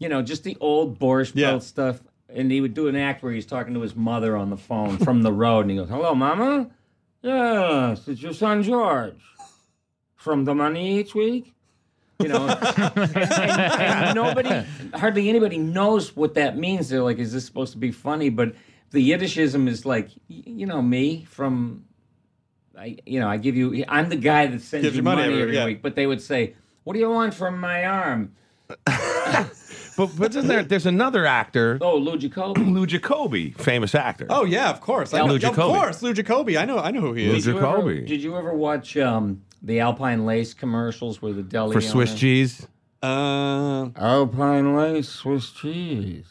Speaker 6: You know, just the old Borscht
Speaker 1: Yeah.
Speaker 6: Belt stuff. And he would do an act where he's talking to his mother on the phone from the road, and he goes, "Hello, Mama. Yes, it's your son George from the money each week."
Speaker 1: <laughs>
Speaker 6: You know, and, and- and nobody, hardly anybody knows what that means. They're like, "Is this supposed to be funny?" But the Yiddishism is like, y- you know, me from, I, you know, I give you, I'm the guy that sends
Speaker 1: Gives
Speaker 6: you
Speaker 1: you money
Speaker 6: money,
Speaker 1: every-
Speaker 6: every
Speaker 1: yeah.
Speaker 6: week. But they would say, "What do you want from my arm?"
Speaker 4: But but then there, there's another actor,
Speaker 6: Oh, Lou Jacoby.
Speaker 4: Lou Jacoby, famous actor.
Speaker 1: <laughs> Oh yeah, of course. I
Speaker 4: Lou
Speaker 1: know, of
Speaker 4: Jacoby.
Speaker 1: course, Lou Jacoby. I know. I know who he
Speaker 4: Lou
Speaker 1: is.
Speaker 6: Did you ever-
Speaker 4: Jacoby.
Speaker 6: Did you ever watch um, the Alpine Lace commercials where the deli
Speaker 4: for Swiss
Speaker 6: owner-
Speaker 4: cheese.
Speaker 1: Uh,
Speaker 6: Alpine Lace Swiss cheese?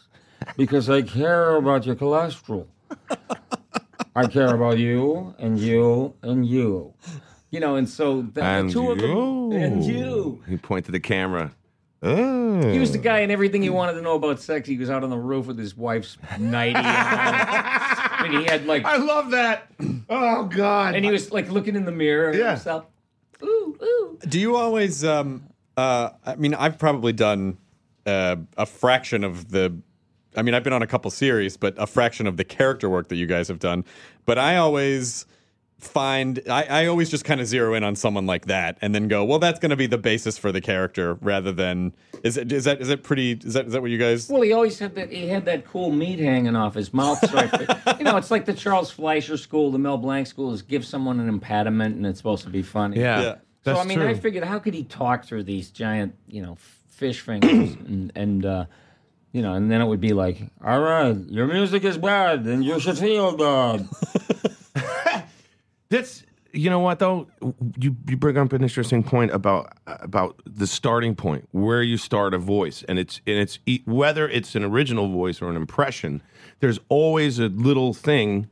Speaker 6: Because I care about your cholesterol. I care about you and you and you. You know, and so the,
Speaker 4: And
Speaker 6: the two of them
Speaker 4: you.
Speaker 6: and you.
Speaker 4: He pointed the camera. Oh.
Speaker 6: He was the guy and everything he wanted to know about sex. He was out on the roof with his wife's
Speaker 4: <laughs>
Speaker 6: nighty. on. I mean, he had like
Speaker 4: I love that. Oh God.
Speaker 6: and he was like looking in the mirror at
Speaker 4: Yeah.
Speaker 6: himself. Ooh, ooh.
Speaker 1: do you always? Um, uh, I mean, I've probably done uh, a fraction of the. I mean, I've been on a couple series, but a fraction of the character work that you guys have done. But I always find I, I always just kind of zero in on someone like that and then go, well, that's going to be the basis for the character rather than is it is that is that pretty is that is that what you guys?
Speaker 6: Well, he always had that. He had that cool meat hanging off his mouth. So I fi- you know, it's like the Charles Fleischer School, the Mel Blanc School is give someone an impediment, and it's supposed to be funny.
Speaker 4: Yeah.
Speaker 1: Yeah.
Speaker 6: So
Speaker 4: That's
Speaker 6: I mean,
Speaker 4: true.
Speaker 6: I figured, how could he talk through these giant, you know, fish
Speaker 4: <clears throat>
Speaker 6: fingers, and, and uh, you know, and then it would be like, all right, your music is bad, and you should feel
Speaker 4: <laughs>
Speaker 6: bad.
Speaker 4: That's you know what though you you bring up an interesting point about about the starting point where you start a voice and it's and it's e- whether it's an original voice or an impression there's always a little thing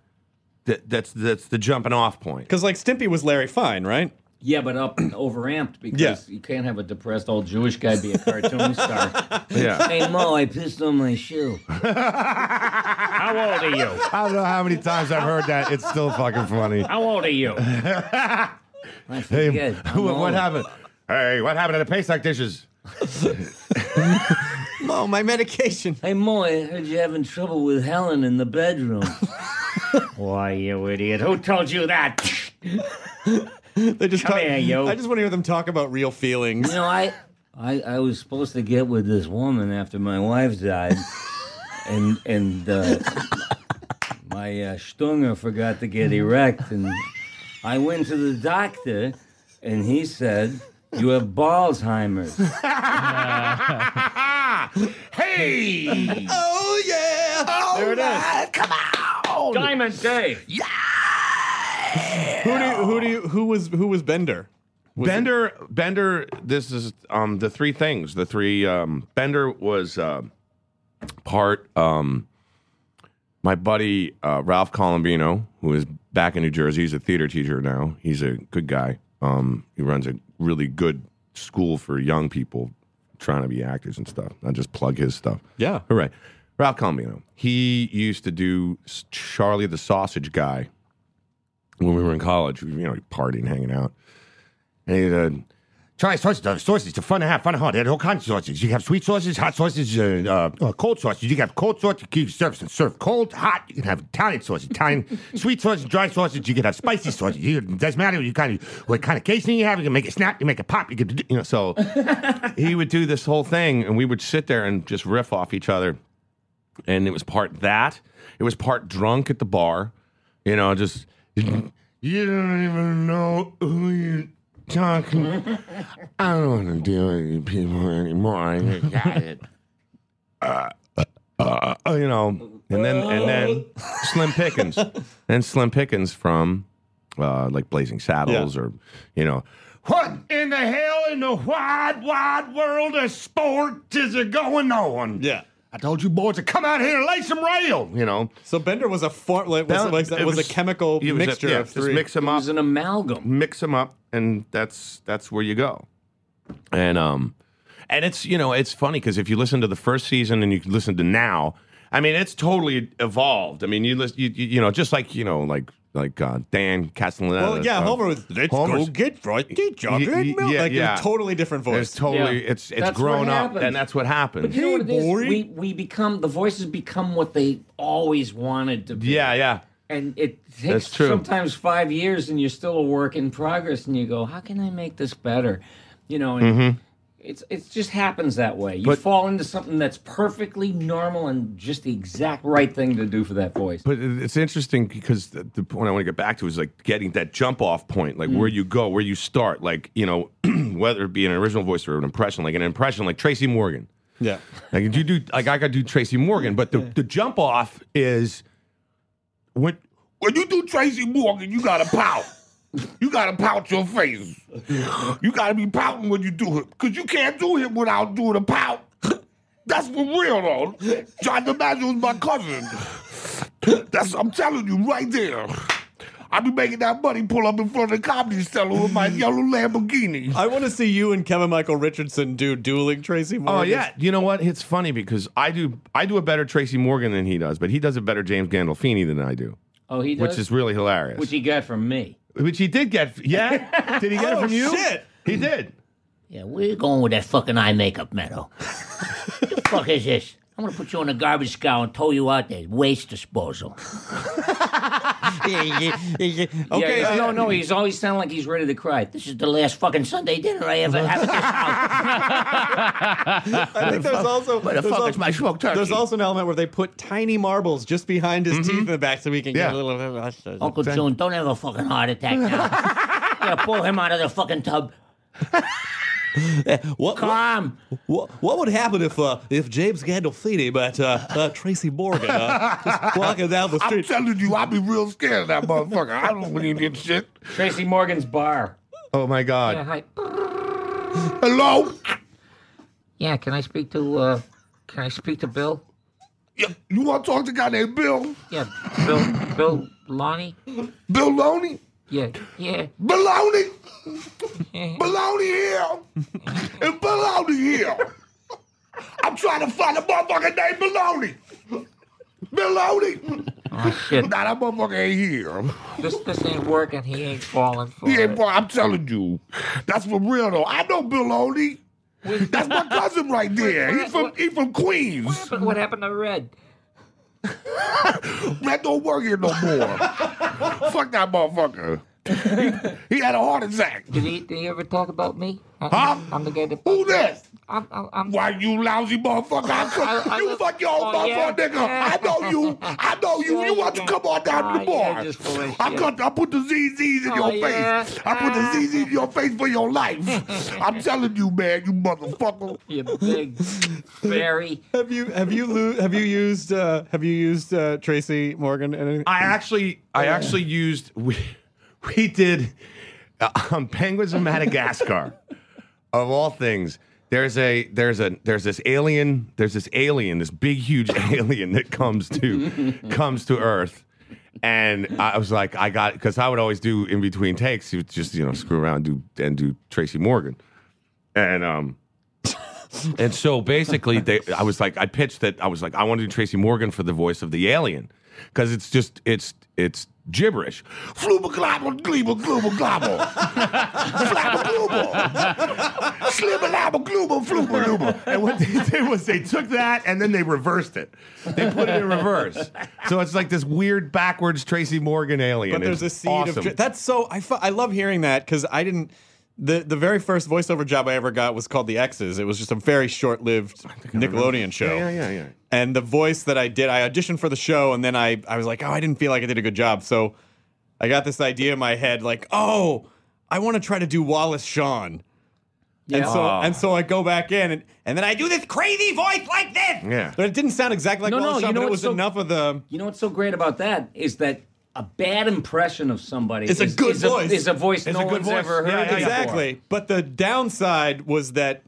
Speaker 4: that that's that's the jumping off point
Speaker 1: Because like Stimpy was Larry Fine, right?
Speaker 6: Yeah, but up and overamped because
Speaker 1: Yeah.
Speaker 6: you can't have a depressed old Jewish guy be a
Speaker 4: <laughs>
Speaker 6: cartoon star.
Speaker 4: <laughs> yeah
Speaker 6: hey Mo, I pissed on my shoe.
Speaker 9: How old are you?
Speaker 4: I don't know how many times I've heard that it's still fucking funny
Speaker 9: How old are you?
Speaker 6: I
Speaker 4: <laughs>
Speaker 6: forget. I'm old.
Speaker 4: happened hey what happened to the Pesach dishes
Speaker 1: Mom, my medication.
Speaker 6: Hey, Mo, I heard you're having trouble with Helen in the bedroom.
Speaker 9: Why, you idiot. Who told you that?
Speaker 1: They just
Speaker 9: Come
Speaker 1: talk-
Speaker 9: here, yo.
Speaker 1: I just want to hear them talk about real feelings.
Speaker 6: you know, I, I, I was supposed to get with this woman after my wife died, and and uh, my uh, Stunger forgot to get erect, and I went to the doctor, and he said. You have Ballsheimer's.
Speaker 4: hey
Speaker 1: Oh yeah! there it is.
Speaker 4: come on
Speaker 6: Diamond Dave.
Speaker 1: Who do you, who do you, who was who was Bender?
Speaker 4: Bender, Bender, this is um, the three things. The three um, Bender was uh, part um, my buddy uh, Ralph Colombino, who is back in New Jersey, he's a theater teacher now. He's a good guy. Um, he runs a really good school for young people trying to be actors and stuff. I just plug his stuff.
Speaker 1: Yeah.
Speaker 4: Hooray. Ralph Colombino. He used to do S- Charlie the Sausage Guy when we were in college. You know, partying, hanging out. And he said,
Speaker 10: Try uh, sausage, uh, sausage. It's fun to have, fun to hard. They have all kinds of sausages. You have sweet sausages, hot sausages, uh, uh, uh, cold sausage. You can have cold sausage. You can serve serve cold, hot. You can have Italian sausage, Italian sweet sausage, dry sausage. You can have spicy sausage. You, it doesn't matter what you kind of what kind of casing you have. You can make it snap. You make it pop. You can do-
Speaker 4: you know, so he would do this whole thing, and we would sit there and just riff off each other. And it was part that, it was part drunk at the bar, you know, just
Speaker 10: You don't even know who you're talking.
Speaker 4: I don't want to deal with you people anymore. I got it. Uh, uh, uh, you know, and then and then Slim Pickens, and Slim Pickens from uh, like Blazing Saddles, or you know,
Speaker 10: What in the hell in the wide, wide world of sport is a going on?
Speaker 1: Yeah.
Speaker 10: I told you boys to come out here and lay some rail.
Speaker 4: you know.
Speaker 1: So Bender was a for, like, was,
Speaker 4: That-
Speaker 1: like, that
Speaker 4: it
Speaker 1: was,
Speaker 4: was-
Speaker 1: a chemical
Speaker 4: It was a-
Speaker 1: mixture
Speaker 4: yeah,
Speaker 1: of
Speaker 4: just
Speaker 1: three.
Speaker 4: mix them up. It was
Speaker 6: an amalgam.
Speaker 4: Mix them up, and that's that's where you go. And um, and it's you know it's funny because if you listen to the first season and you can listen to now, I mean it's totally evolved. I mean you listen, you, you, you know just like you know like like uh, Dan Castellaneta.
Speaker 1: Well, yeah,
Speaker 4: uh,
Speaker 1: Homer was, let's
Speaker 4: Homer's-
Speaker 1: go get frosty chocolate
Speaker 4: Y- y-
Speaker 1: milk.
Speaker 4: yeah,
Speaker 1: like,
Speaker 4: yeah.
Speaker 1: a totally different voice.
Speaker 4: It's totally
Speaker 6: Yeah.
Speaker 4: it's it's
Speaker 6: That's what
Speaker 4: grown up,
Speaker 6: happens.
Speaker 4: and that's what happens.
Speaker 6: But you know what it is? We we become the voices become what they always wanted to be.
Speaker 4: yeah, yeah.
Speaker 6: And it
Speaker 4: That's
Speaker 6: takes
Speaker 4: true.
Speaker 6: sometimes five years and you're still a work in progress and you go, How can I make this better? You know, and
Speaker 4: Mhm.
Speaker 6: it's it just happens that way. You
Speaker 4: But-
Speaker 6: fall into something that's perfectly normal and just the exact right thing to do for that voice.
Speaker 4: But it- it's interesting because the, the point I want to get back to is like getting that jump off point, like where you go, where you start, like you know, <clears throat> whether it be an original voice or an impression, like an impression, like Tracy Morgan.
Speaker 1: Yeah.
Speaker 4: Like you do, like I got to do Tracy Morgan, but the, the jump off is when when you do Tracy Morgan, you got to pout.
Speaker 10: You gotta pout your face. You gotta be pouting when you do it, cause you can't do it without doing a pout. That's for real, though. John DiMaggio's my cousin. That's I'm telling you right there. I be making that money pull up in front of the comedy cellar with my yellow Lamborghini.
Speaker 1: I want to see you and Kevin Michael Richardson do dueling Tracy Morgan.
Speaker 4: Oh
Speaker 1: <laughs>
Speaker 4: yeah, you know what? It's funny because I do I do a better Tracy Morgan than he does, but he does a better James Gandolfini than I do,
Speaker 6: Oh, he does
Speaker 4: which is really hilarious.
Speaker 6: which he got from me.
Speaker 4: Which he did get.
Speaker 10: <laughs>
Speaker 4: Yeah, did he get
Speaker 10: Oh,
Speaker 4: it from you? He did.
Speaker 9: Yeah, where you going with that fucking eye makeup, Meadow?
Speaker 4: <laughs>
Speaker 9: what the fuck is this? I'm gonna put you in a garbage cow and tow you out there. Waste disposal.
Speaker 6: Okay. no, no, he's always sounding like he's ready to cry.
Speaker 9: This is the last fucking Sunday dinner I ever had at
Speaker 1: <laughs>
Speaker 9: this house.
Speaker 1: I think there's also there's al- There's also an element where they put tiny marbles just behind his
Speaker 4: Mm-hmm.
Speaker 1: teeth in the back so we can get
Speaker 9: Yeah.
Speaker 1: a little bit
Speaker 4: Oh,
Speaker 1: of
Speaker 9: Uncle June, don't have a fucking heart
Speaker 1: <laughs>
Speaker 9: attack now. you gotta pull him out of the fucking tub.
Speaker 1: <laughs> What,
Speaker 9: Calm.
Speaker 1: What, what would happen if uh, if James Gandolfini met uh, uh, Tracy Morgan uh, just walking down the street?
Speaker 10: I'm telling you, I be real scared of that motherfucker. I don't believe this shit.
Speaker 6: Tracy Morgan's bar.
Speaker 4: Oh my god.
Speaker 9: Yeah, hi.
Speaker 10: Hello?
Speaker 9: Yeah, can I speak to uh can I speak to Bill?
Speaker 10: Yeah, you want to talk to a guy named Bill?
Speaker 9: Yeah, Bill Bill Lonnie?
Speaker 10: Bill Loney?
Speaker 9: Yeah, yeah. Oh,
Speaker 10: Baloney! Baloney here! It's baloney here! I'm trying to find a motherfucker named Baloney! Baloney!
Speaker 9: Oh shit.
Speaker 10: Nah, that motherfucker ain't here. <laughs>
Speaker 9: This this ain't working. He ain't falling for
Speaker 10: He ain't,
Speaker 9: it.
Speaker 10: boy, I'm telling you. That's for real though. I know Baloney. That's my cousin right there. He's from, he from Queens.
Speaker 9: But what happened to Red?
Speaker 10: That don't work here no more. Fuck that motherfucker. He, he had a heart attack.
Speaker 9: Did he, did he ever talk about me? I,
Speaker 10: Huh?
Speaker 9: I'm the guy that.
Speaker 10: Who this?
Speaker 9: I'm, I'm, I'm,
Speaker 10: Why you lousy motherfucker? I could,
Speaker 9: <laughs> I- I
Speaker 10: you
Speaker 9: was-
Speaker 10: fuck your own
Speaker 9: oh, yeah.
Speaker 10: motherfucker, nigga. I know you. I know you. You want to come on down to the
Speaker 9: Oh, yeah,
Speaker 10: bar?
Speaker 9: just full of
Speaker 10: I
Speaker 9: shit.
Speaker 10: cut. I put the ZZs in
Speaker 9: Oh,
Speaker 10: your
Speaker 9: yeah. Ah.
Speaker 10: face. I put the ZZs in your face for your
Speaker 9: <laughs>
Speaker 10: life. I'm telling you, man. You motherfucker.
Speaker 6: You big fairy.
Speaker 1: Have you have you lo- have you used uh, have you used uh, Tracy Morgan in anything?
Speaker 4: I actually, I actually used. <laughs> We, <laughs> we did uh, um, Penguins of Madagascar, of all things. There's a there's a there's this alien there's this alien this big huge <laughs> alien that comes to comes to Earth, and I was like I got because I would always do in between takes you would just you know screw around and do and do Tracy Morgan, and um. And so basically, they, I was like, I pitched that I was like, I want to do Tracy Morgan for the voice of the alien, because it's just it's it's gibberish. Flubba globble, gleeble, glooble, globble. Flabba glooble. Slibba labba, glooble, flooba looba. And what they did was they took that and then they reversed it. They put it in reverse. So it's like this weird backwards Tracy Morgan alien.
Speaker 1: But there's a
Speaker 4: It's
Speaker 1: seed
Speaker 4: awesome.
Speaker 1: of dr- that's so I fu- I love hearing that because I didn't. The, the very first voiceover job I ever got was called The X's. It was just a very short lived Nickelodeon show.
Speaker 4: Yeah, yeah, yeah, yeah.
Speaker 1: And the voice that I did, I auditioned for the show, and then I, I was like, oh, I didn't feel like I did a good job. So I got this idea in my head, like, oh, I want to try to do Wallace Shawn. And
Speaker 7: Yeah.
Speaker 1: so
Speaker 7: Ah.
Speaker 1: and so I go back in and, and then I do this crazy voice like this.
Speaker 4: Yeah.
Speaker 1: But it didn't sound exactly like
Speaker 6: No, no,
Speaker 1: Wallace
Speaker 6: you
Speaker 1: Shawn,
Speaker 6: know
Speaker 1: but it
Speaker 6: what's
Speaker 1: was
Speaker 6: so-
Speaker 1: enough of the
Speaker 6: You know what's so great about that is that a bad impression of somebody
Speaker 1: It's a
Speaker 6: is,
Speaker 1: good
Speaker 6: is
Speaker 1: voice.
Speaker 6: A, is a voice
Speaker 1: It's a
Speaker 6: no
Speaker 1: good
Speaker 6: one's
Speaker 1: voice.
Speaker 6: ever heard.
Speaker 1: Yeah,
Speaker 6: before.
Speaker 1: exactly. But the downside was that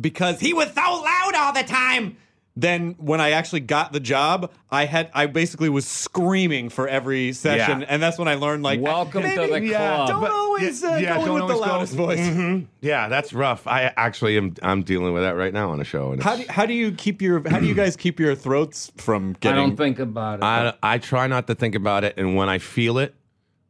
Speaker 1: because he was so loud all the time. Then when I actually got the job, I had I basically was screaming for every session,
Speaker 4: Yeah.
Speaker 1: and that's when I learned like
Speaker 6: Welcome to
Speaker 1: maybe-
Speaker 6: the
Speaker 1: yeah,
Speaker 6: club.
Speaker 1: Don't
Speaker 6: But-
Speaker 1: always uh,
Speaker 4: yeah,
Speaker 1: go in
Speaker 4: don't
Speaker 1: with the
Speaker 4: always go-
Speaker 1: loudest voice.
Speaker 4: Mhm. Yeah, that's rough. I actually am. I'm dealing with that right now on a show. And
Speaker 1: How do, how do you keep your how do you guys keep your throats from getting?
Speaker 6: I don't think about it.
Speaker 4: I I try not to think about it, and when I feel it,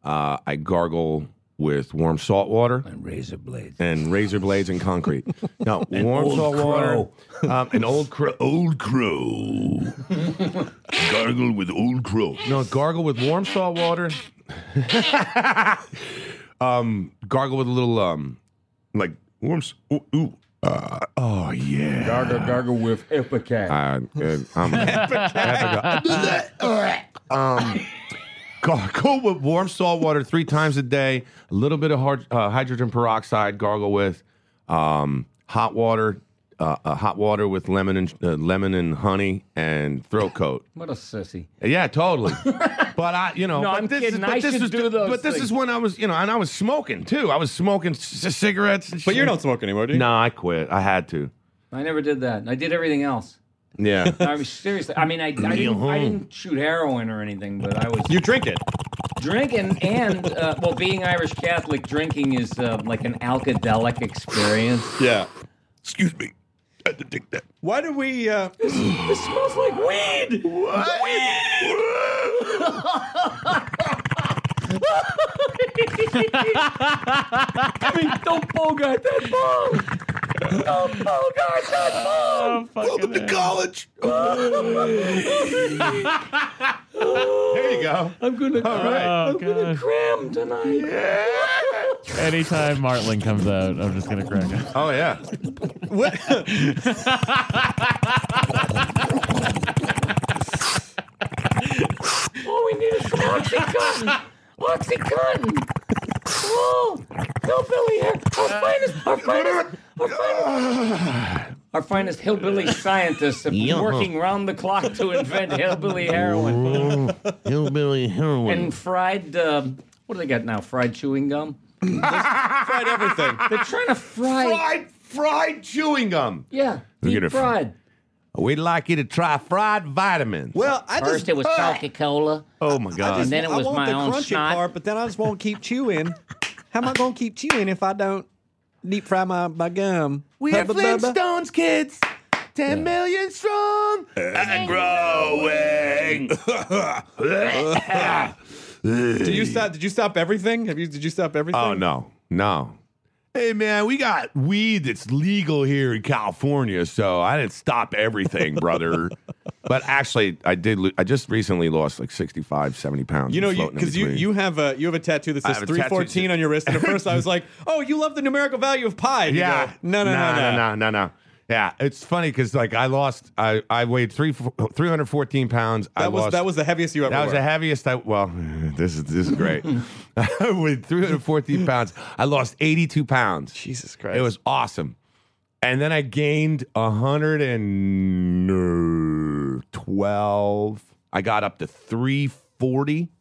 Speaker 4: uh, I gargle with warm salt water
Speaker 9: and razor blades
Speaker 4: and razor blades and concrete. No, warm
Speaker 10: old
Speaker 4: salt water, um, an old crow, old crow. gargle with old crow. No, gargle with warm salt water. <laughs> um, gargle with a little um, like warm. s- Ooh, ooh. Uh, oh yeah.
Speaker 7: Gargle, gargle with Ipecac.
Speaker 6: <laughs>
Speaker 4: Uh, uh, I'm um, gargle with warm salt water three times a day. A little bit of hard, uh, hydrogen peroxide. Gargle with um, hot water. Uh, uh, hot water with lemon and uh, lemon and honey and throat coat.
Speaker 6: What a sissy.
Speaker 4: Yeah,
Speaker 6: <laughs>
Speaker 4: totally. but I, you know,
Speaker 6: No,
Speaker 4: but
Speaker 6: I'm
Speaker 4: this Is,
Speaker 6: kidding.
Speaker 4: but
Speaker 6: I
Speaker 4: this
Speaker 6: should
Speaker 4: is,
Speaker 6: do those
Speaker 4: But this
Speaker 6: things.
Speaker 4: is when I was, you know, and I was smoking too. I was smoking c- cigarettes. And
Speaker 1: But you
Speaker 4: shit.
Speaker 1: don't smoke anymore, do you?
Speaker 4: No, I quit. I had to.
Speaker 6: I never did that. I did everything else. <laughs>
Speaker 4: Yeah.
Speaker 6: I was seriously. I mean, I, I, didn't, I didn't shoot heroin or anything, but I was
Speaker 1: You drink it.
Speaker 6: drinking and uh, well, being Irish Catholic, drinking is uh, like an alcadelic experience.
Speaker 1: Yeah.
Speaker 10: Excuse me. I had to take that.
Speaker 1: Why do we? Uh,
Speaker 10: it
Speaker 6: smells like weed.
Speaker 7: I mean, <laughs> don't bogart that ball. Don't bogart that
Speaker 6: Oh,
Speaker 7: ball. Welcome to college.
Speaker 4: There you go.
Speaker 7: I'm gonna.
Speaker 4: All
Speaker 6: Oh,
Speaker 4: right.
Speaker 7: I'm gonna cram tonight.
Speaker 8: Anytime Martling comes out, I'm just gonna crack it.
Speaker 4: Oh yeah.
Speaker 1: What?
Speaker 7: Oh, we need some oxycontin. Oxycontin. Oh, no, Billy here. Our finest, our finest, our finest.
Speaker 6: Our finest
Speaker 4: <laughs>
Speaker 6: hillbilly scientists have been
Speaker 7: Yeah.
Speaker 6: working round the clock to invent hillbilly heroin
Speaker 4: <sighs> Hillbilly heroin.
Speaker 6: and fried. Uh, what do they got now? Fried chewing gum.
Speaker 1: fried everything.
Speaker 6: They're trying to fry.
Speaker 4: fried fried chewing gum.
Speaker 6: Yeah,
Speaker 4: Look at
Speaker 6: deep
Speaker 4: her.
Speaker 6: fried.
Speaker 4: We'd like you to try fried vitamins.
Speaker 1: Well, I
Speaker 6: First <laughs> it was Coca Cola.
Speaker 4: oh my god.
Speaker 6: just- And then it was
Speaker 1: I want
Speaker 6: my
Speaker 1: the
Speaker 6: own
Speaker 1: crunchy
Speaker 6: snot.
Speaker 1: part, but then I just won't keep chewing. How am I gonna keep chewing if I don't deep fry my, my gum?
Speaker 4: we
Speaker 1: Blah,
Speaker 4: are
Speaker 1: blah, blah, blah.
Speaker 4: Flintstones kids. ten million strong.
Speaker 10: And growing.
Speaker 1: Did you stop? Did you stop everything? Have you? Did you stop everything?
Speaker 4: <laughs> Oh no. No. Hey man, we got weed that's legal here in California, so I didn't stop everything, <laughs> brother. but actually, I did. Lo- I just recently lost like 65, 70 pounds.
Speaker 1: You know, you
Speaker 4: floating in
Speaker 1: because you,
Speaker 4: between.
Speaker 1: you have a you have a tattoo that
Speaker 4: I
Speaker 1: says
Speaker 4: have a
Speaker 1: three
Speaker 4: tattoo
Speaker 1: fourteen
Speaker 4: that-
Speaker 1: on your wrist. And at first, I was
Speaker 4: <laughs>
Speaker 1: like, "Oh, you love the numerical value of pi." And <laughs> you
Speaker 4: Yeah.
Speaker 1: go, No, no,
Speaker 4: Nah,
Speaker 1: no, no,
Speaker 4: no, no, no. Yeah, it's funny because like I lost, I I weighed three three hundred fourteen pounds. I
Speaker 1: That was
Speaker 4: lost,
Speaker 1: that was the heaviest you ever.
Speaker 4: That was
Speaker 1: were.
Speaker 4: the heaviest I well, <laughs> this is this is great. <laughs> I weighed 314 pounds. I lost 82 pounds.
Speaker 1: Jesus Christ!
Speaker 4: It was awesome. And then I gained 112. I got up to 340.
Speaker 1: <laughs>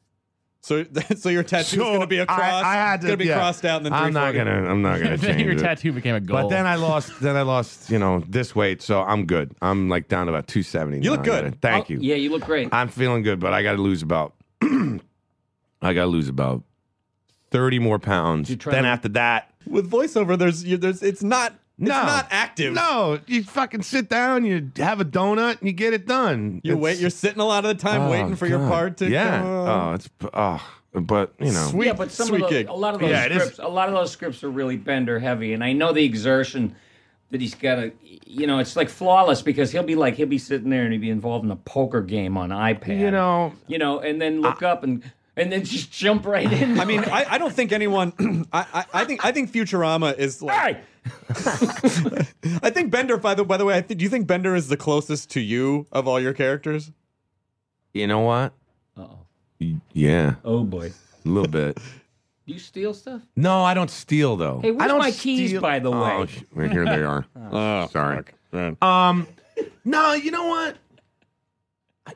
Speaker 1: So, <laughs> so your tattoo's
Speaker 4: So
Speaker 1: gonna be a
Speaker 4: I-
Speaker 1: cross.
Speaker 4: I had
Speaker 1: it's
Speaker 4: to-
Speaker 1: gonna be
Speaker 4: yeah.
Speaker 1: crossed out and then.
Speaker 4: I'm not
Speaker 1: 340.
Speaker 4: gonna. I'm not gonna
Speaker 1: <laughs>
Speaker 8: <laughs> Then
Speaker 4: change
Speaker 8: your
Speaker 4: it.
Speaker 8: tattoo became a
Speaker 4: But
Speaker 8: goal.
Speaker 4: then I lost. Then I lost. You know this weight, so I'm good. I'm like down to about 270.
Speaker 6: You look
Speaker 4: now.
Speaker 6: good.
Speaker 4: Thank
Speaker 6: Oh,
Speaker 4: you. Ah,
Speaker 6: yeah, you look great.
Speaker 4: I'm feeling good, but I got to lose about. <clears throat> I got to lose about thirty more pounds.
Speaker 1: try
Speaker 4: Then
Speaker 1: to-
Speaker 4: after that,
Speaker 1: With voiceover, there's you, there's it's not
Speaker 4: no,
Speaker 1: it's not active.
Speaker 4: No, you fucking sit down, you have a donut, and you get it done.
Speaker 1: You wait. You're sitting a lot of the time
Speaker 4: Oh,
Speaker 1: waiting for your
Speaker 4: God.
Speaker 1: part to.
Speaker 4: Yeah.
Speaker 1: Come
Speaker 4: oh, it's oh, but you know,
Speaker 6: yeah, but some of those, a lot of those
Speaker 4: Yeah, it is-
Speaker 6: scripts, a lot of those scripts are really bender heavy, and I know the exertion that he's got to, you know, it's like flawless because he'll be like he'll be sitting there and he'd be involved in a poker game on iPad,
Speaker 4: You know, Ah.
Speaker 6: you know, and then look up and and then just jump right in.
Speaker 1: I mean, I, I don't think anyone. <clears throat> I, I, I think I think Futurama is like. <laughs> I think Bender. By the by the way, I think, do you think Bender is the closest to you of all your characters?
Speaker 4: you know what?
Speaker 6: Uh-oh.
Speaker 4: Y- Yeah,
Speaker 6: Oh boy,
Speaker 4: a little bit.
Speaker 1: <laughs>
Speaker 6: Do you steal stuff?
Speaker 4: No, I don't steal though.
Speaker 6: Hey, where's
Speaker 4: I don't
Speaker 6: my keys,
Speaker 4: steal-
Speaker 6: by the way?
Speaker 4: Oh, sh- well, here they
Speaker 6: <laughs>
Speaker 4: are. Ah,
Speaker 1: Oh,
Speaker 4: Sorry.
Speaker 7: Um,
Speaker 4: no, you know what?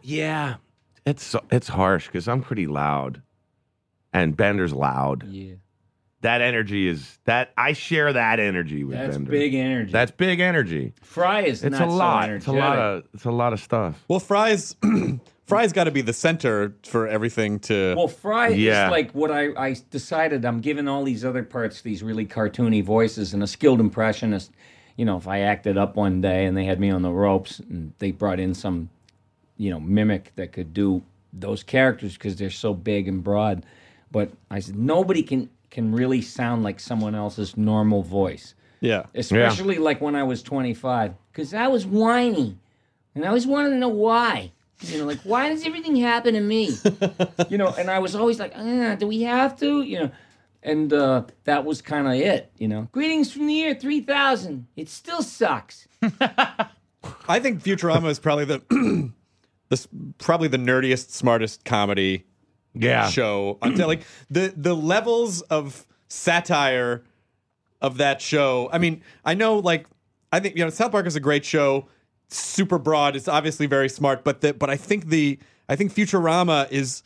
Speaker 4: Yeah, it's it's harsh because I'm pretty loud, and Bender's loud.
Speaker 6: Yeah,
Speaker 4: that energy is that I share that energy with
Speaker 6: That's
Speaker 4: Bender.
Speaker 6: big energy.
Speaker 4: That's big energy.
Speaker 6: Fry is
Speaker 4: It's
Speaker 6: not
Speaker 4: a
Speaker 6: so
Speaker 4: lot. it's a lot
Speaker 6: energetic.
Speaker 4: of it's a lot of stuff.
Speaker 1: Well, Fry's <clears throat> Fry's got to be the center for everything to.
Speaker 6: Well, Fry
Speaker 1: Yeah.
Speaker 6: is like what I, I decided I'm giving all these other parts these really cartoony voices and a skilled impressionist. You know, if I acted up one day and they had me on the ropes and they brought in some, you know, mimic that could do those characters because they're so big and broad. But I said, nobody can, can really sound like someone else's normal voice
Speaker 1: yeah,
Speaker 6: especially like when I was 25, because I was whiny, and I always wanted to know why. You know, like why does everything happen
Speaker 4: <laughs>
Speaker 6: to me? you know, and I was always like, ah, do we have to? You know, and uh, that was kind of it. You know, greetings from the year 3000. It still sucks.
Speaker 1: I think Futurama is probably the, <clears throat> the s- probably the nerdiest, smartest comedy
Speaker 4: Yeah.
Speaker 1: show. I'm telling like the the levels of satire of that show. I mean, I know like I think you know South Park is a great show, super broad. It's obviously very smart, but the but I think the I think Futurama is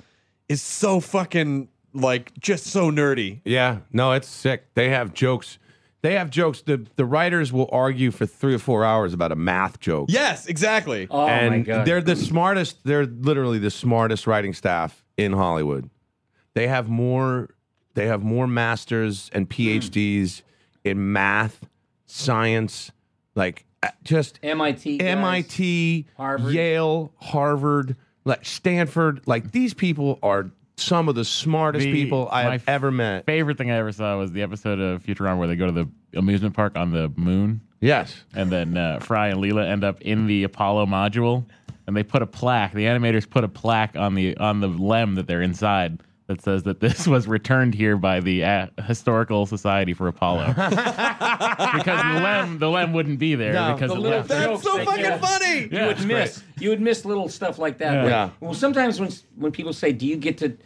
Speaker 1: is so fucking like just so nerdy.
Speaker 4: Yeah, no, it's sick. They have jokes. They have jokes. The the writers will argue for three or four hours about a math joke.
Speaker 1: Yes, exactly.
Speaker 6: Oh
Speaker 4: and
Speaker 6: my god.
Speaker 4: they're the smartest. They're literally the smartest writing staff in Hollywood. They have more. They have more masters and PhDs in math, science, like uh, just
Speaker 6: MIT. guys.
Speaker 4: MIT,
Speaker 6: Harvard.
Speaker 4: Yale, Harvard, like Stanford. Like these people are some of the smartest
Speaker 8: The-
Speaker 4: people I
Speaker 8: my
Speaker 4: have ever met.
Speaker 8: Favorite thing I ever saw was the episode of Futurama where they go to the amusement park on the moon,
Speaker 4: Yes.
Speaker 8: and then uh, Fry and Leela end up in the Apollo module, and they put a plaque. The animators put a plaque on the on the lem that they're inside that says that this was returned here by the uh, historical society for
Speaker 4: <laughs>
Speaker 8: Apollo. because the lem the lem wouldn't be there
Speaker 6: No.
Speaker 8: because
Speaker 6: The
Speaker 8: it
Speaker 6: little
Speaker 8: left.
Speaker 6: jokes they get.
Speaker 1: funny.
Speaker 6: You would miss. You would miss little stuff like that.
Speaker 8: Yeah.
Speaker 6: Like,
Speaker 8: Yeah.
Speaker 6: Well, sometimes when when people say, "Do you get to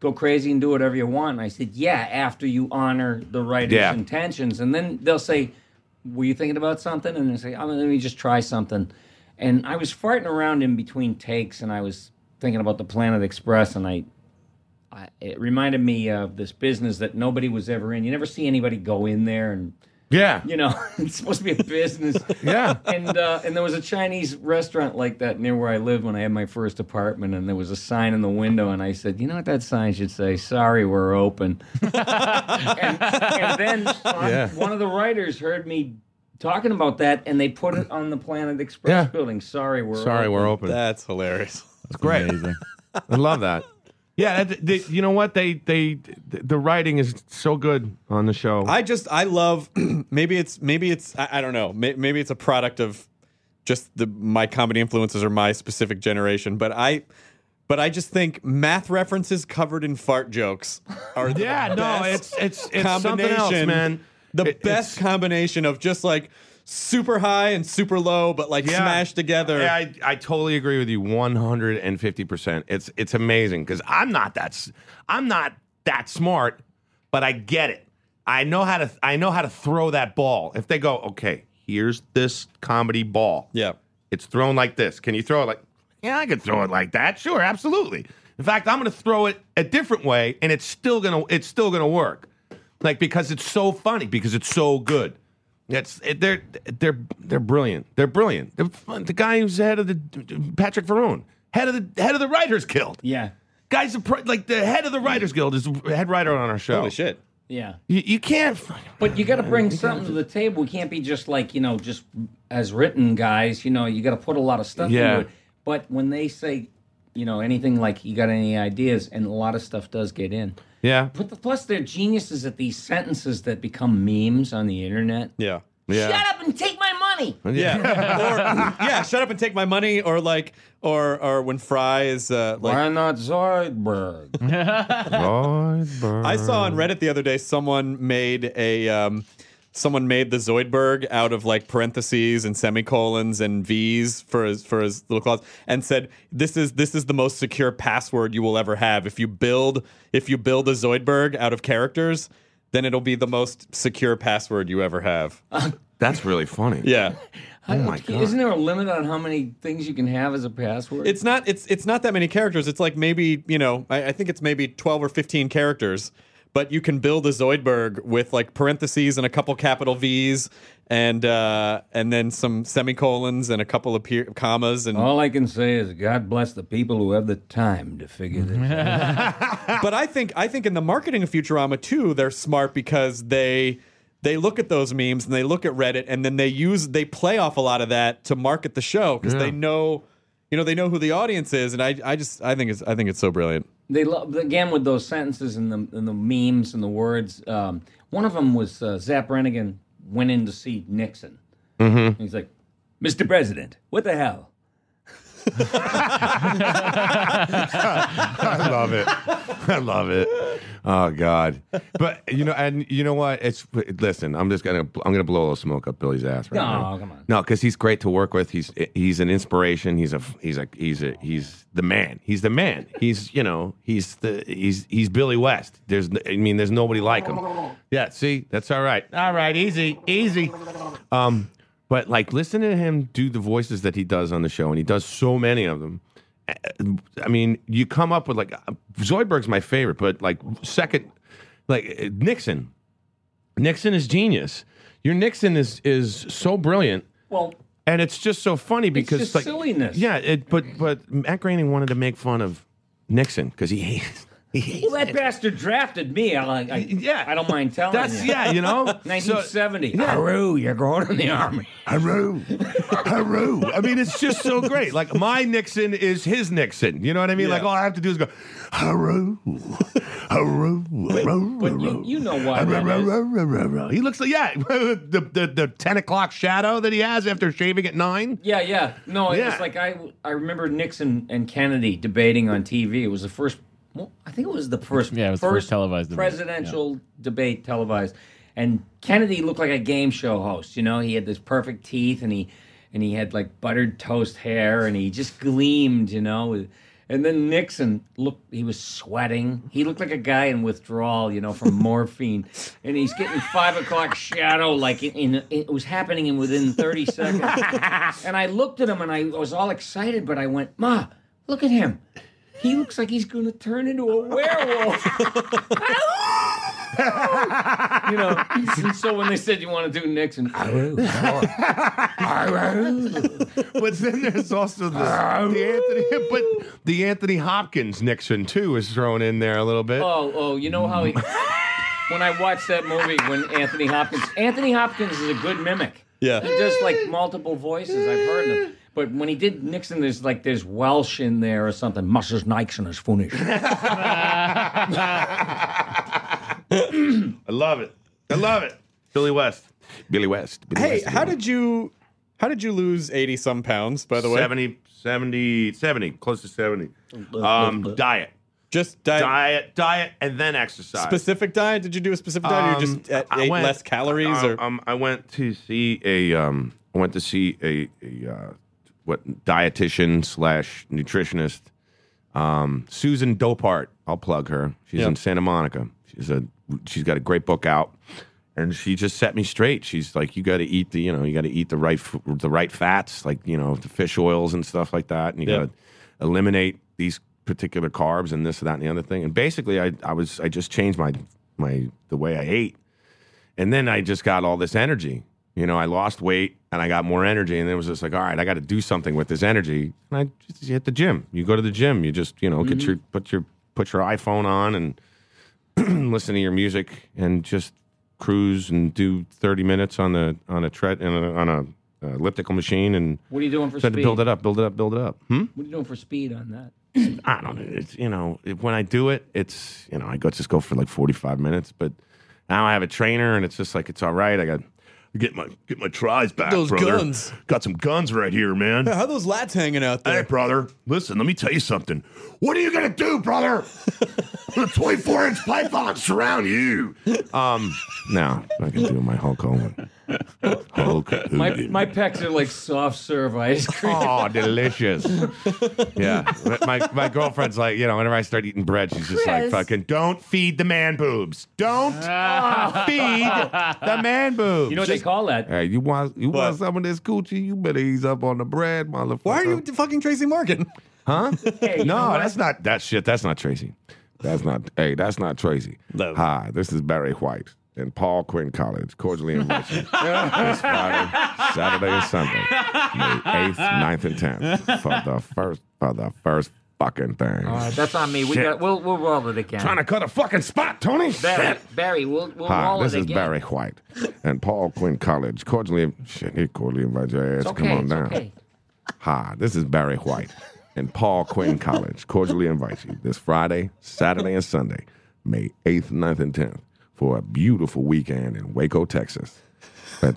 Speaker 6: go crazy and do whatever you want?" I said, "Yeah, after you honor the writer's
Speaker 4: Yeah.
Speaker 6: intentions." And then they'll say, "Were you thinking about something?" And they say, "Oh, let me just try something." And I was farting around in between takes, and I was thinking about the Planet Express, and I. I, it reminded me of this business that nobody was ever in. You never see anybody go in there and
Speaker 4: Yeah.
Speaker 6: you know, <laughs> it's supposed to be a business.
Speaker 4: <laughs> Yeah.
Speaker 6: And uh, and there was a Chinese restaurant like that near where I lived when I had my first apartment, and there was a sign in the window, and I said, you know what that sign should say? Sorry, we're open. <laughs> and, and then on-
Speaker 7: Yeah.
Speaker 6: one of the writers heard me talking about that, and they put it on the Planet Express
Speaker 4: Yeah.
Speaker 6: building. Sorry, we're
Speaker 4: Sorry,
Speaker 6: open.
Speaker 4: we're open.
Speaker 1: That's hilarious.
Speaker 4: It's great. I love that. Yeah, that, they, you know what they they the writing is so good on the show.
Speaker 1: I just I love <clears throat> maybe it's maybe it's I, I don't know may, maybe it's a product of just the my comedy influences or my specific generation but I but I just think math references covered in fart jokes are the
Speaker 4: <laughs> Yeah, no,
Speaker 1: best
Speaker 4: it's- it's- it's something else,
Speaker 1: combination-
Speaker 4: man.
Speaker 1: the best combination of just like super high and super low but like smashed together
Speaker 4: Yeah, I, I totally agree with you 150%. It's it's amazing cuz I'm not that s- I'm not that smart, but I get it. I know how to I know how to throw that ball. If they go, "Okay, here's this comedy ball."
Speaker 1: Yeah.
Speaker 4: It's thrown like this. Can you throw it like Yeah, I could throw it like that. Sure, absolutely. In fact, I'm going to throw it a different way, and it's still going to it's still going to work, like because it's so funny, because it's so good. It's it, they're they're they're brilliant. They're brilliant. They're fun. The guy who's the head of the Patrick Verone, head of the head of the Writers Guild.
Speaker 6: Yeah,
Speaker 4: guys, the pr- like the head of the Writers Guild is the head writer on our show.
Speaker 6: Holy
Speaker 1: shit!
Speaker 6: Yeah.
Speaker 4: You, you can't.
Speaker 6: But you got to bring something to the table. We can't be just like you know, just as written guys. You know, you got to put a lot of stuff
Speaker 4: Yeah.
Speaker 6: into it. But when they say, you know, anything like you got any ideas, and a lot of stuff does get in.
Speaker 4: Yeah.
Speaker 6: But the, plus, they're geniuses at these sentences that become memes on the internet.
Speaker 1: Yeah.
Speaker 9: Shut up and take my money.
Speaker 1: Yeah. <laughs> or yeah, shut up and take my money, or like or or when Fry is uh like
Speaker 6: Why not Zoidberg?
Speaker 1: I saw on Reddit the other day someone made a um someone made the Zoidberg out of like parentheses and semicolons and V's for his for his little clause and said this is this is the most secure password you will ever have. If you build if you build a Zoidberg out of characters, then it'll be the most secure password you ever have.
Speaker 4: That's really funny.
Speaker 1: Yeah.
Speaker 6: Oh my God. <laughs> Isn't there a limit on how many things you can have as a password?
Speaker 1: It's not it's it's not that many characters. It's like maybe you know I, I think it's maybe twelve or fifteen characters, but you can build a Zoidberg with like parentheses and a couple capital V's and uh, and then some semicolons and a couple of pe- commas and.
Speaker 6: All I can say is God bless the people who have the time to figure this out.
Speaker 1: but I think I think in the marketing of Futurama too, they're smart because they they look at those memes and they look at Reddit and then they use they play off a lot of that to market the show because
Speaker 6: Yeah.
Speaker 1: they know you know they know who the audience is and I I just I think it's I think it's so brilliant.
Speaker 6: They love again with those sentences and the and the memes and the words. Um, one of them was uh, Zap Rennigan went in to see Nixon.
Speaker 7: Mm-hmm.
Speaker 6: He's like, "Mr. President, what the hell?"
Speaker 4: I love it. I love it. Oh God! But you know, and you know what? It's listen. I'm just gonna I'm gonna blow a little smoke up Billy's ass right
Speaker 6: No,
Speaker 4: now.
Speaker 6: come on.
Speaker 4: No, because he's great to work with. He's he's an inspiration. He's a he's a he's a he's the man. He's the man. He's you know he's the he's he's Billy West. There's n- I mean there's nobody like him. Yeah. See, that's all right. All right. Easy. Easy. Um, but like listen to him do the voices that he does on the show, and he does so many of them. I mean, you come up with like uh, Zoidberg's my favorite, but like second, like uh, Nixon. Nixon is genius. Your Nixon is is so brilliant.
Speaker 6: Well,
Speaker 4: and it's just so funny because
Speaker 6: just
Speaker 4: like
Speaker 6: silliness.
Speaker 4: Yeah, it, but but Matt Groening wanted to make fun of Nixon because he hates.
Speaker 6: Well, that bastard drafted me. I, like- I, yeah, I don't mind telling
Speaker 4: That's-
Speaker 6: you. <laughs>
Speaker 4: yeah, you know? So-
Speaker 6: 1970.
Speaker 4: Yeah.
Speaker 6: Haru, you're going in the army.
Speaker 4: Haru, Haru. I mean, it's just so great. Like my Nixon is his Nixon. You know what I mean? Like all I have to do is go, Haru, Haru, Haru.
Speaker 6: But you, you know why? that is.
Speaker 4: He looks like yeah, <laughs> the, the the ten o'clock shadow that he has after shaving at nine. <laughs>
Speaker 6: Yeah, yeah. No, it
Speaker 4: Yeah.
Speaker 6: was like I I remember Nixon and Kennedy debating on TV. It was the first well, I think it was the first
Speaker 8: Yeah, it was the first televised debate, yeah.
Speaker 6: presidential debate televised. And Kennedy looked like a game show host, you know? He had this perfect teeth and he and he had like buttered toast hair and he just gleamed, you know. And then Nixon looked he was sweating. He looked like a guy in withdrawal, you know,
Speaker 8: <laughs>
Speaker 6: from morphine. And he's getting five o'clock shadow like in, in it was happening in within thirty
Speaker 8: <laughs>
Speaker 6: seconds and I looked at him and I was all excited, but I went, Ma, look at him. He looks like he's going to turn into a werewolf. you know, <laughs> and so when they said you want to do Nixon, I will.
Speaker 4: but then there's also the, the Anthony, but the Anthony Hopkins Nixon too is thrown in there a little bit.
Speaker 6: <laughs> Oh, oh, you know how he. When I watched that movie, when Anthony Hopkins, Anthony Hopkins is a good mimic.
Speaker 1: Yeah.
Speaker 6: he does like multiple voices. I've heard him. But when he did Nixon, there's like there's Welsh in there or something. Mrs. Nixon is Finnish.
Speaker 4: I love it. I love it. Billy West. Billy West. Billy
Speaker 1: Hey,
Speaker 4: West.
Speaker 1: how did you how did you lose 80 some pounds by the way?
Speaker 4: 70, 70, 70, close to 70. Um, diet.
Speaker 1: Just diet.
Speaker 4: Diet, diet, and then exercise.
Speaker 1: Specific diet? Did you do a specific diet or you just
Speaker 4: Um,
Speaker 1: a- ate less calories
Speaker 4: I,
Speaker 1: or
Speaker 4: um, I went to see a um, I went to see a, a uh, what dietitian slash nutritionist, um, Susan Dopart. I'll plug her. She's
Speaker 1: Yeah.
Speaker 4: in Santa Monica. She's a she's got a great book out, and she just set me straight. She's like, you got to eat the you know you got to eat the right f- the right fats like you know the fish oils and stuff like that, and you
Speaker 1: Yeah.
Speaker 4: got to eliminate these particular carbs and this, that, and the other thing. And basically, I, I was I just changed my my the way I ate, and then I just got all this energy. You know, I lost weight and I got more energy, and it was just like, all right, I got to do something with this energy. And I just hit the gym. You go to the gym. You just you know get
Speaker 11: Mhm.
Speaker 6: Mm-hmm.
Speaker 4: your put your put your iPhone on and <clears throat> listen to your music and just cruise and do thirty minutes on the on a tread on a, on a uh, elliptical machine and
Speaker 6: What are you doing for
Speaker 4: try to
Speaker 6: speed?
Speaker 4: build it up, build it up, build it up. Hmm?
Speaker 6: What are you doing for speed on that?
Speaker 4: I don't know. It's, you know, it, when I do it, it's, you know, I go just go for like 45 minutes, but now I have a trainer and it's just like, it's all right. I got
Speaker 11: Get my get my tries back,
Speaker 4: Those
Speaker 11: brother.
Speaker 4: guns.
Speaker 11: Got some guns right here, man.
Speaker 1: <laughs>
Speaker 4: Yeah, how
Speaker 11: those lats hanging out there? Hey, brother, listen. Let me tell you something. What are you gonna do, brother? the twenty-four inch python surround you.
Speaker 4: Um, no, I'm not gonna do my Hulk Hogan. Hulk
Speaker 6: My
Speaker 4: Hogan.
Speaker 6: my pecs are like soft serve ice
Speaker 11: <laughs>
Speaker 6: cream.
Speaker 4: Oh, delicious. yeah. My, my girlfriend's like, you know, whenever I start eating bread, she's just like,
Speaker 11: Chris.
Speaker 4: fucking, don't feed the man boobs.
Speaker 11: <laughs>
Speaker 4: Don't feed the man boobs.
Speaker 11: You know what they
Speaker 6: call that?
Speaker 4: Hey, you want you want some of this coochie? You better ease up on the bread, motherfucker. Why are you
Speaker 1: fucking Tracy Morgan? <laughs>
Speaker 4: Huh?
Speaker 1: Hey, you know
Speaker 4: no,
Speaker 1: what?
Speaker 4: that's not that shit. That's not Tracy. That's not. Hey, that's not Tracy. Hi, this is Barry White and Paul Quinn College. Cordially
Speaker 1: <laughs>
Speaker 4: invited this Friday, Saturday, and Sunday, May 8th, 9th, and 10th for the first for the first fucking thing.
Speaker 6: All right, that's on me. We
Speaker 4: Shit.
Speaker 6: got we'll we'll roll it again.
Speaker 4: Trying to cut a fucking spot, Tony.
Speaker 6: Barry, Barry, we'll we'll
Speaker 4: Hi,
Speaker 6: roll
Speaker 4: this
Speaker 6: it
Speaker 4: is
Speaker 6: again.
Speaker 4: Barry White and Paul Quinn College. Cordially, shit, he cordially invites your ass.
Speaker 6: It's
Speaker 4: to
Speaker 6: okay.
Speaker 4: Come on
Speaker 6: it's
Speaker 4: down.
Speaker 6: okay.
Speaker 4: Hi, this is Barry White and Paul Quinn College cordially invites you this Friday, Saturday, and Sunday, May 8th, 9th, and 10th for a beautiful weekend in Waco, Texas. But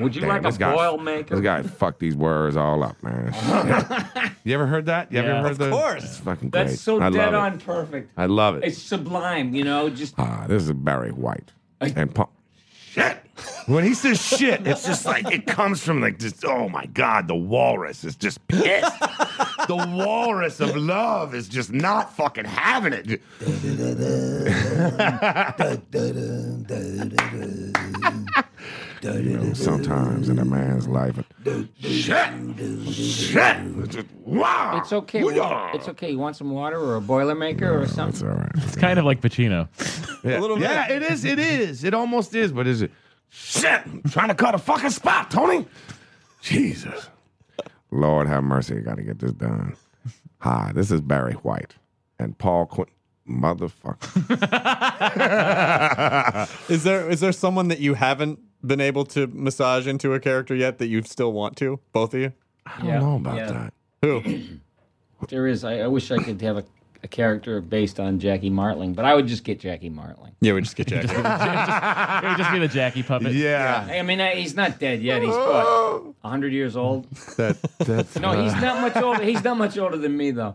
Speaker 6: Would you
Speaker 4: damn,
Speaker 6: like
Speaker 4: this
Speaker 6: a
Speaker 4: guy,
Speaker 6: boil maker?
Speaker 4: This guy fucked these words all up,
Speaker 6: <laughs>
Speaker 4: man. Shit. you ever heard that? You
Speaker 6: Yeah.
Speaker 4: ever heard
Speaker 6: Of
Speaker 4: the-
Speaker 6: course.
Speaker 4: It's fucking great.
Speaker 6: That's so
Speaker 4: I
Speaker 6: dead
Speaker 4: love
Speaker 6: on
Speaker 4: It.
Speaker 6: perfect.
Speaker 4: I love it.
Speaker 6: It's sublime, you know. Just
Speaker 4: Ah, this is Barry White and Paul.
Speaker 11: When he says shit, it's just like it comes from like just oh my god, the walrus is just pissed. the walrus of love is just not fucking having it.
Speaker 4: You know, sometimes in a man's life,
Speaker 11: shit, shit. Wow.
Speaker 6: It's okay.
Speaker 11: Woo-yah.
Speaker 6: It's okay. You want some water or a Boilermaker or something?
Speaker 4: It's all right.
Speaker 8: It's kind of like Pacino.
Speaker 4: Yeah.
Speaker 8: little
Speaker 4: yeah, it is. It is. It almost is. But is it?
Speaker 11: Shit, I'm trying to cut a fucking spot, Tony. Jesus.
Speaker 4: Lord have mercy. I got to get this done. Hi, this is Barry White and Paul Quinn. Motherfucker.
Speaker 1: Is there is there someone that you haven't been able to massage into a character yet that you still want to? Both of you?
Speaker 6: I don't Yeah, know about yeah. that.
Speaker 1: Who?
Speaker 6: There is. I, I wish I could have a, a character based on Jackie Martling, but I would just get Jackie Martling.
Speaker 1: Yeah, we just get Jackie.
Speaker 8: It would just be the Jackie puppet.
Speaker 4: Yeah.
Speaker 6: I mean, I, he's not dead yet.
Speaker 4: <laughs>
Speaker 6: He's what, hundred years old.
Speaker 4: That, that's,
Speaker 6: No, he's not
Speaker 4: <laughs>
Speaker 6: much older. He's not much older than me, though.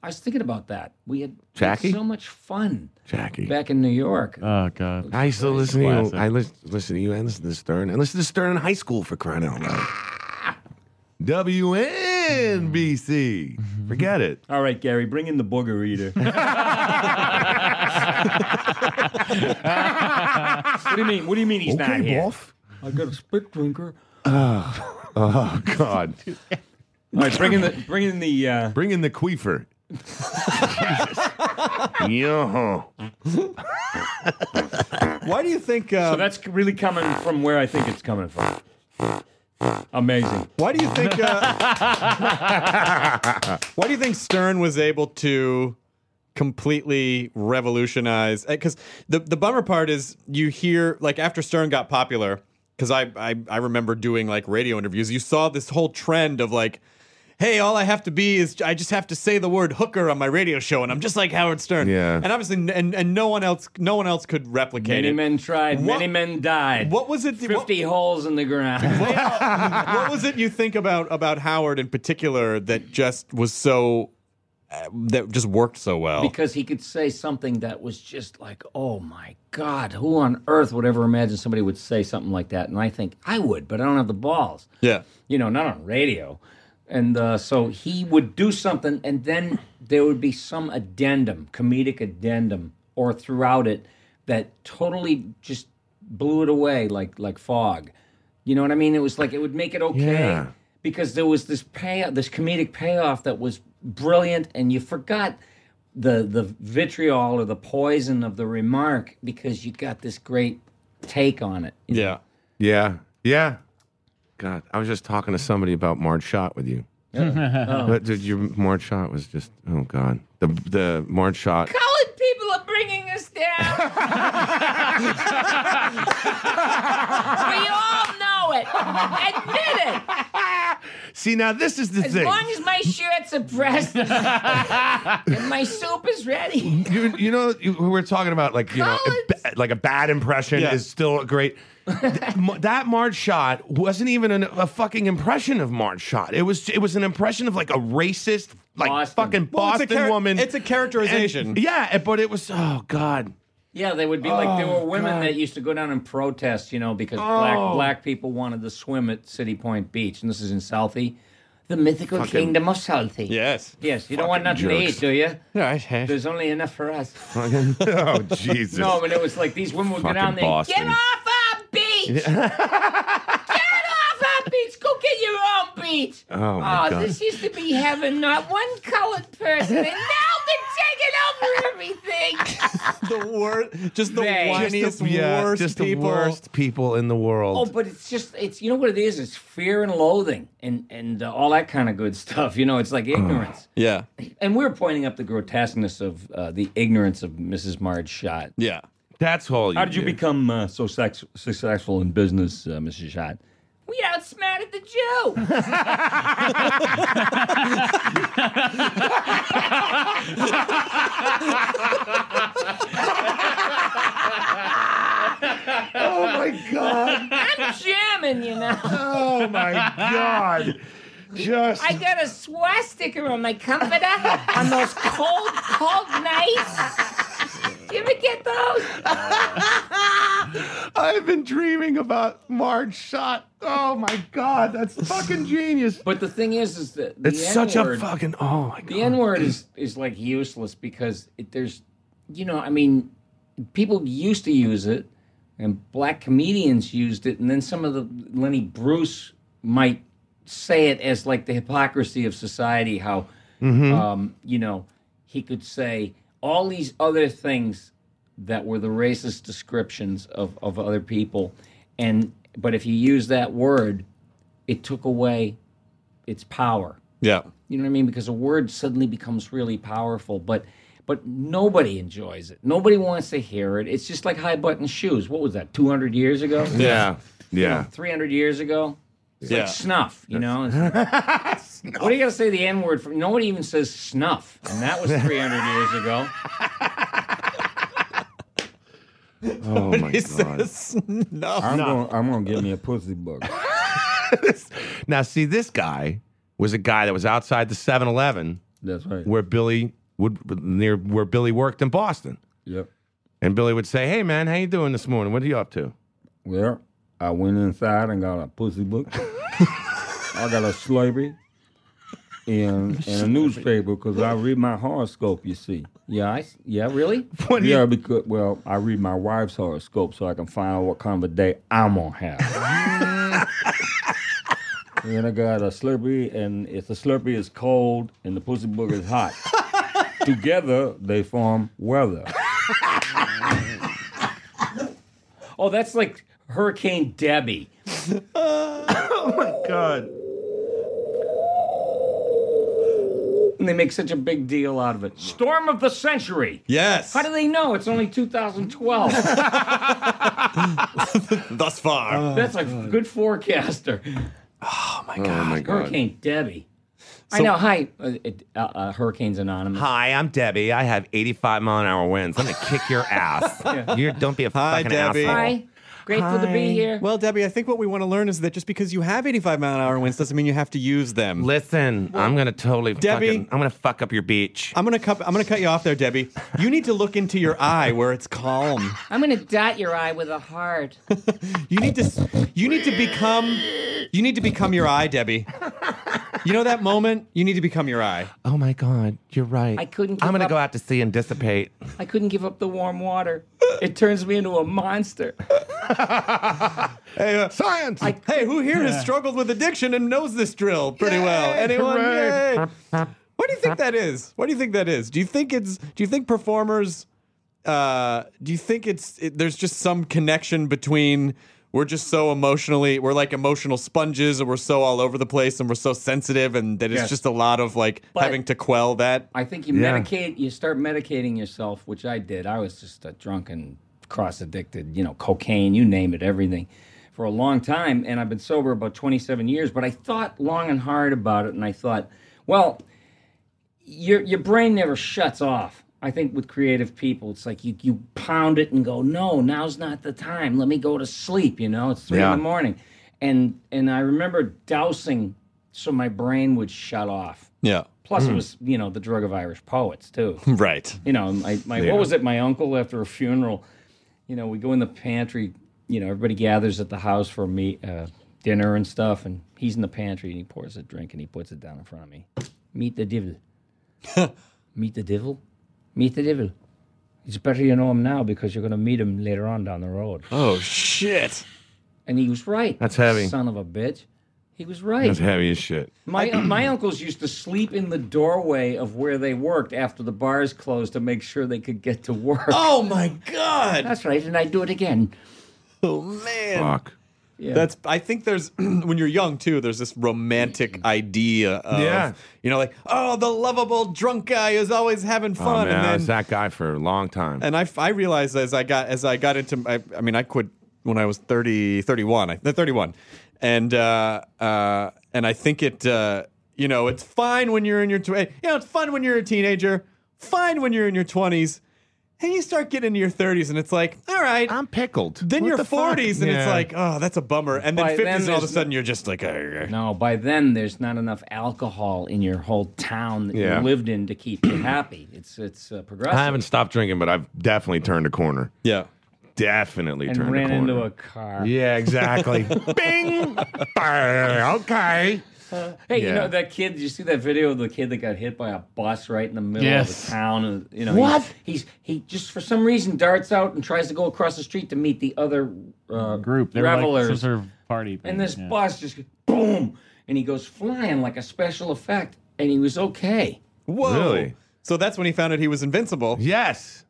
Speaker 6: I was thinking about that. We had we had
Speaker 4: Jackie?
Speaker 6: so much fun
Speaker 4: Jackie. Uh,
Speaker 6: back in New York.
Speaker 8: Oh God.
Speaker 4: I used to listen to you.
Speaker 8: Classic.
Speaker 4: I listen, listen to you and listen to Stern and listen to Stern in high school for crying out loud. WNBC. Forget it.
Speaker 6: All right, Gary, bring in the booger eater. <laughs> what do you mean? What do you mean he's not here? I got a spit drinker.
Speaker 4: Oh, oh God.
Speaker 6: All right, bring in the bring in the uh,
Speaker 4: bring in the <laughs> queefer.
Speaker 11: Yo.
Speaker 1: <laughs> Why do you think? um,
Speaker 6: so that's really coming from where I think it's coming from. Amazing.
Speaker 1: Why do you think? Uh, <laughs> why do you think Stern was able to completely revolutionize? Because the the bummer part is you hear like after Stern got popular, because I, I I remember doing like radio interviews. You saw this whole trend of like. Hey, all I have to be is I just have to say the word hooker on my radio show, and I'm just like Howard Stern.
Speaker 4: Yeah.
Speaker 1: And obviously, and, and no one else, no one else could replicate
Speaker 6: Many
Speaker 1: it.
Speaker 6: men tried,
Speaker 1: What-
Speaker 6: many men died.
Speaker 1: What was it?
Speaker 6: Fifty holes in the ground.
Speaker 1: what was it you think about about Howard in particular that just was so uh, that just worked so well?
Speaker 6: because he could say something that was just like, "Oh my God, who on earth would ever imagine somebody would say something like that?" And I think I would, but I don't have the balls.
Speaker 1: yeah,
Speaker 6: you know, not on radio. And uh, so he would do something, and then there would be some addendum, comedic addendum, or throughout it that totally just blew it away like like fog. You know what I mean? It was like it would make it okay,
Speaker 4: Yeah.
Speaker 6: because there was this payoff, this comedic payoff that was brilliant, and you forgot the the vitriol or the poison of the remark because you got this great take on it.
Speaker 1: Yeah.
Speaker 4: Yeah. Yeah. God, I was just talking to somebody about Marge Shot with you.
Speaker 7: Oh.
Speaker 4: But dude, your Marge Shot was just oh god. The the Marge
Speaker 7: <laughs>
Speaker 4: Shot.
Speaker 7: Colored people are bringing us
Speaker 6: <laughs>
Speaker 7: down. we all know it. Admit it.
Speaker 4: See now this is the
Speaker 7: As
Speaker 4: thing.
Speaker 7: long as my shirt's are
Speaker 6: <laughs>
Speaker 7: pressed and my soup is ready.
Speaker 4: you, you know you- we were talking about like you know a ba- like a bad impression
Speaker 11: Yeah.
Speaker 4: is still a great Th- Ma- that Marge shot wasn't even an, a fucking impression of Marge shot it was it was an impression of like a racist like fucking
Speaker 1: Well, it's a
Speaker 4: Boston
Speaker 1: char-
Speaker 4: woman
Speaker 1: it's a characterization.
Speaker 4: And- yeah and- but it was oh
Speaker 1: <laughs>
Speaker 4: god
Speaker 6: Yeah, they would be like there
Speaker 4: Oh,
Speaker 6: were women
Speaker 4: God.
Speaker 6: that used to go down and protest, you know, because black
Speaker 4: Oh.
Speaker 6: black people wanted to swim at City Point Beach, and this is in Southie, the mythical
Speaker 4: Fucking-
Speaker 6: kingdom of Southie.
Speaker 1: Yes.
Speaker 6: Yes, you don't want nothing
Speaker 4: Fucking
Speaker 6: to
Speaker 4: jerks.
Speaker 6: eat, do you?
Speaker 1: Right.
Speaker 6: There's only enough for
Speaker 4: <laughs>
Speaker 6: us.
Speaker 4: fucking oh Jesus
Speaker 6: No, but it was like these women would go
Speaker 4: Fucking
Speaker 6: down there.
Speaker 4: Boston.
Speaker 7: Get off our beach! Get
Speaker 6: <laughs>
Speaker 7: off our beach! Go get your own beach!
Speaker 4: Oh, my
Speaker 6: Ah,
Speaker 4: God.
Speaker 7: This used to be heaven, not one colored person, and now
Speaker 4: <laughs>
Speaker 7: they're taking over everything!
Speaker 1: the wor just the
Speaker 7: They.
Speaker 1: whiniest,
Speaker 4: Just the- yeah,
Speaker 1: worst
Speaker 4: just
Speaker 1: people.
Speaker 4: the worst people in the
Speaker 6: Oh,
Speaker 4: world
Speaker 6: but it's just it's you know what it is? It's fear and loathing and and uh, all that kind of good <laughs> stuff. You know, it's like ignorance.
Speaker 1: Yeah.
Speaker 6: And we we're pointing up the grotesqueness of uh, the ignorance of Mrs. Marge Shot.
Speaker 1: Yeah.
Speaker 4: that's all you
Speaker 6: How did you
Speaker 4: do.
Speaker 6: become uh, so sex- successful in business, uh, Mrs. Shot?
Speaker 7: We outsmarted the Jew!
Speaker 11: Oh my god.
Speaker 7: I'm German, you know.
Speaker 11: Oh my god. Just
Speaker 7: I got a swastika on my comforter on those cold, cold nights. You ever get those?
Speaker 11: I've been dreaming about Marge shot. Oh my god, that's fucking genius.
Speaker 6: But the thing is, is that the
Speaker 4: it's such a
Speaker 6: N-word-
Speaker 4: fucking oh my god
Speaker 6: The N word is is like useless because it, there's, you know, I mean, people used to use it, and black comedians used it, and then some of the Lenny Bruce might say it as like the hypocrisy of society. How,
Speaker 4: Mm-hmm.
Speaker 7: Mhm.
Speaker 6: um, you know, he could say all these other things that were the racist descriptions of of other people, and but if you use that word, it took away its power.
Speaker 1: Yeah.
Speaker 6: You know what I mean? Because a word suddenly becomes really powerful, but but nobody enjoys it. Nobody wants to hear it. It's just like high button shoes. What was that? Two hundred years ago?
Speaker 4: yeah <laughs> yeah
Speaker 6: Three hundred years ago? It's
Speaker 4: Yeah.
Speaker 6: like snuff, you know. It's- What do you got to say the N word for? Nobody even says snuff, and that was three hundred years ago.
Speaker 4: oh my god
Speaker 1: <laughs> no.
Speaker 4: I'm gonna-
Speaker 6: I'm gonna give me a pussy book.
Speaker 4: Now, see, this guy was a guy that was outside the 7 Eleven.
Speaker 6: That's right.
Speaker 4: Where Billy would, near where Billy worked in Boston.
Speaker 6: Yep.
Speaker 4: And Billy would say, Hey, man, how you doing this morning? What are you up to?
Speaker 6: Well, I went inside and got a pussy book. I got a Slurpee and, and a newspaper because I read my horoscope. You see, yeah, I, s- yeah, really? yeah, because well, I read my wife's horoscope so I can find out what kind of a day I'm gonna have. and I got a Slurpee, and if the Slurpee is cold and the pussy book is hot, together they form weather. oh, that's like Hurricane Debbie.
Speaker 11: Oh my god.
Speaker 6: And they make such a big deal out of it. Storm of the century.
Speaker 1: Yes.
Speaker 6: How do they know it's only 2012?
Speaker 1: Thus far.
Speaker 6: <laughs> That's a good forecaster.
Speaker 4: Oh my God.
Speaker 6: Hurricane Debbie. I
Speaker 4: So-
Speaker 6: know. Hi, uh, it- uh, uh, Hurricanes Anonymous.
Speaker 4: Hi, I'm Debbie. I have 85 mile an hour winds. I'm going to kick your ass.
Speaker 6: Yeah.
Speaker 4: you don't be a
Speaker 1: Hi,
Speaker 4: fucking
Speaker 1: Debbie.
Speaker 4: asshole.
Speaker 7: Grateful to be here.
Speaker 1: Well, Debbie, I think what we want to learn is that just because you have 85 mile an hour winds doesn't mean you have to use them.
Speaker 4: Listen, I'm going to totally
Speaker 1: Debbie-
Speaker 4: fucking, I'm going to fuck up your beach.
Speaker 1: I'm gonna cut. I'm gonna cut you off there, Debbie. You need to look into your eye where it's calm.
Speaker 7: I'm gonna dot your eye with a heart.
Speaker 1: You need to. s- You need to become. You need to become your eye, Debbie. you know that moment? You need to become your eye.
Speaker 4: Oh my God, you're right.
Speaker 9: I couldn't
Speaker 4: I'm
Speaker 9: give
Speaker 4: gonna
Speaker 9: up-
Speaker 4: go out to sea and dissipate.
Speaker 9: I couldn't give up the warm water. It turns me into a monster.
Speaker 1: Hey, Science! hey, who here has struggled with addiction and knows this drill pretty well? Anyone?
Speaker 6: hooray.
Speaker 1: Yay. What do you think that is? What do you think that is? Do you think it's? Do you think performers? Uh, do you think it's? It, there's just some connection between we're just so emotionally, we're like emotional sponges, and we're so all over the place, and we're so sensitive, and that
Speaker 9: Yes.
Speaker 1: it's just a lot of like having to quell that.
Speaker 9: I think you medicate, you start medicating yourself, which I did. I was just a drunken, cross addicted, you know, cocaine, you name it, everything for a long time. And I've been sober about 27 years, but I thought long and hard about it. And I thought, well, your, your brain never shuts off. I think with creative people, it's like you, you pound it and go, no, now's not the time. Let me go to sleep. You know, it's three
Speaker 6: Yeah.
Speaker 9: in the morning. And, and I remember dousing so my brain would shut off.
Speaker 1: Yeah.
Speaker 9: Plus, it was you know the drug of Irish poets too.
Speaker 1: Right.
Speaker 9: You know, my, my
Speaker 1: Yeah.
Speaker 9: what was it? My uncle after a funeral. You know, we go in the pantry. You know, everybody gathers at the house for meat, uh, dinner and stuff, and he's in the pantry and he pours a drink and he puts it down in front of me. Meet the devil. meet the devil. Meet the devil. It's better you know him now because you're going to meet him later on down the road.
Speaker 1: Oh shit!
Speaker 9: And he was right.
Speaker 4: That's heavy.
Speaker 9: Son of a bitch. He was right.
Speaker 4: That's heavy as shit.
Speaker 9: My my uncles used to sleep in the doorway of where they worked after the bars closed to make sure they could get to work.
Speaker 1: Oh my god!
Speaker 9: That's right, and I do it again.
Speaker 1: Oh man!
Speaker 4: Fuck.
Speaker 9: Yeah.
Speaker 1: That's. I think there's <clears throat> when you're young too. There's this romantic idea of
Speaker 4: Mm. Yeah.
Speaker 1: you know, like oh, the lovable drunk guy is always having
Speaker 4: Oh,
Speaker 1: fun,
Speaker 4: man, I
Speaker 1: and
Speaker 4: was
Speaker 1: then
Speaker 4: that guy for a long time.
Speaker 1: and I I realized as I got as I got into I, I mean I quit when I was 30 31 I, no, 31 and uh, uh, and I think it uh, you know it's fine when you're in your tw- you know it's fun when you're a teenager fine when you're in your 20s and you start getting into your 30s and it's like all right I'm
Speaker 4: pickled
Speaker 1: then
Speaker 9: What
Speaker 1: your
Speaker 9: the fuck?
Speaker 1: 40s and it's
Speaker 9: Yeah.
Speaker 1: like oh that's a bummer and then
Speaker 9: By
Speaker 1: 50s
Speaker 9: then
Speaker 1: and all of a
Speaker 9: there's-
Speaker 1: sudden you're just like "Argh."
Speaker 9: No, by then there's not enough alcohol in your whole town that
Speaker 4: Yeah.
Speaker 9: you lived in to keep you happy. It's it's uh, progressive.
Speaker 4: I haven't stopped drinking, but I've definitely turned a corner.
Speaker 1: Yeah.
Speaker 4: Definitely
Speaker 9: and
Speaker 4: turned
Speaker 9: ran
Speaker 4: a corner.
Speaker 9: into a car.
Speaker 4: Yeah,
Speaker 9: <laughs>
Speaker 4: exactly. Bing! Brr, okay.
Speaker 9: Hey, you
Speaker 4: Yeah.
Speaker 9: know that kid? Did you see that video of the kid that got hit by a bus right in the middle of
Speaker 4: Yes.
Speaker 9: the town? And, you know
Speaker 6: What?
Speaker 9: He's, he's he just for some reason darts out and tries to go across the street to meet the other uh,
Speaker 8: Group. They were like some
Speaker 9: revelers
Speaker 8: sort of party thing,
Speaker 9: And this
Speaker 8: yeah.
Speaker 9: bus just boom, and he goes flying like a special effect, and he was okay.
Speaker 1: whoa
Speaker 4: Really?
Speaker 1: so that's when he found out he was invincible
Speaker 4: yes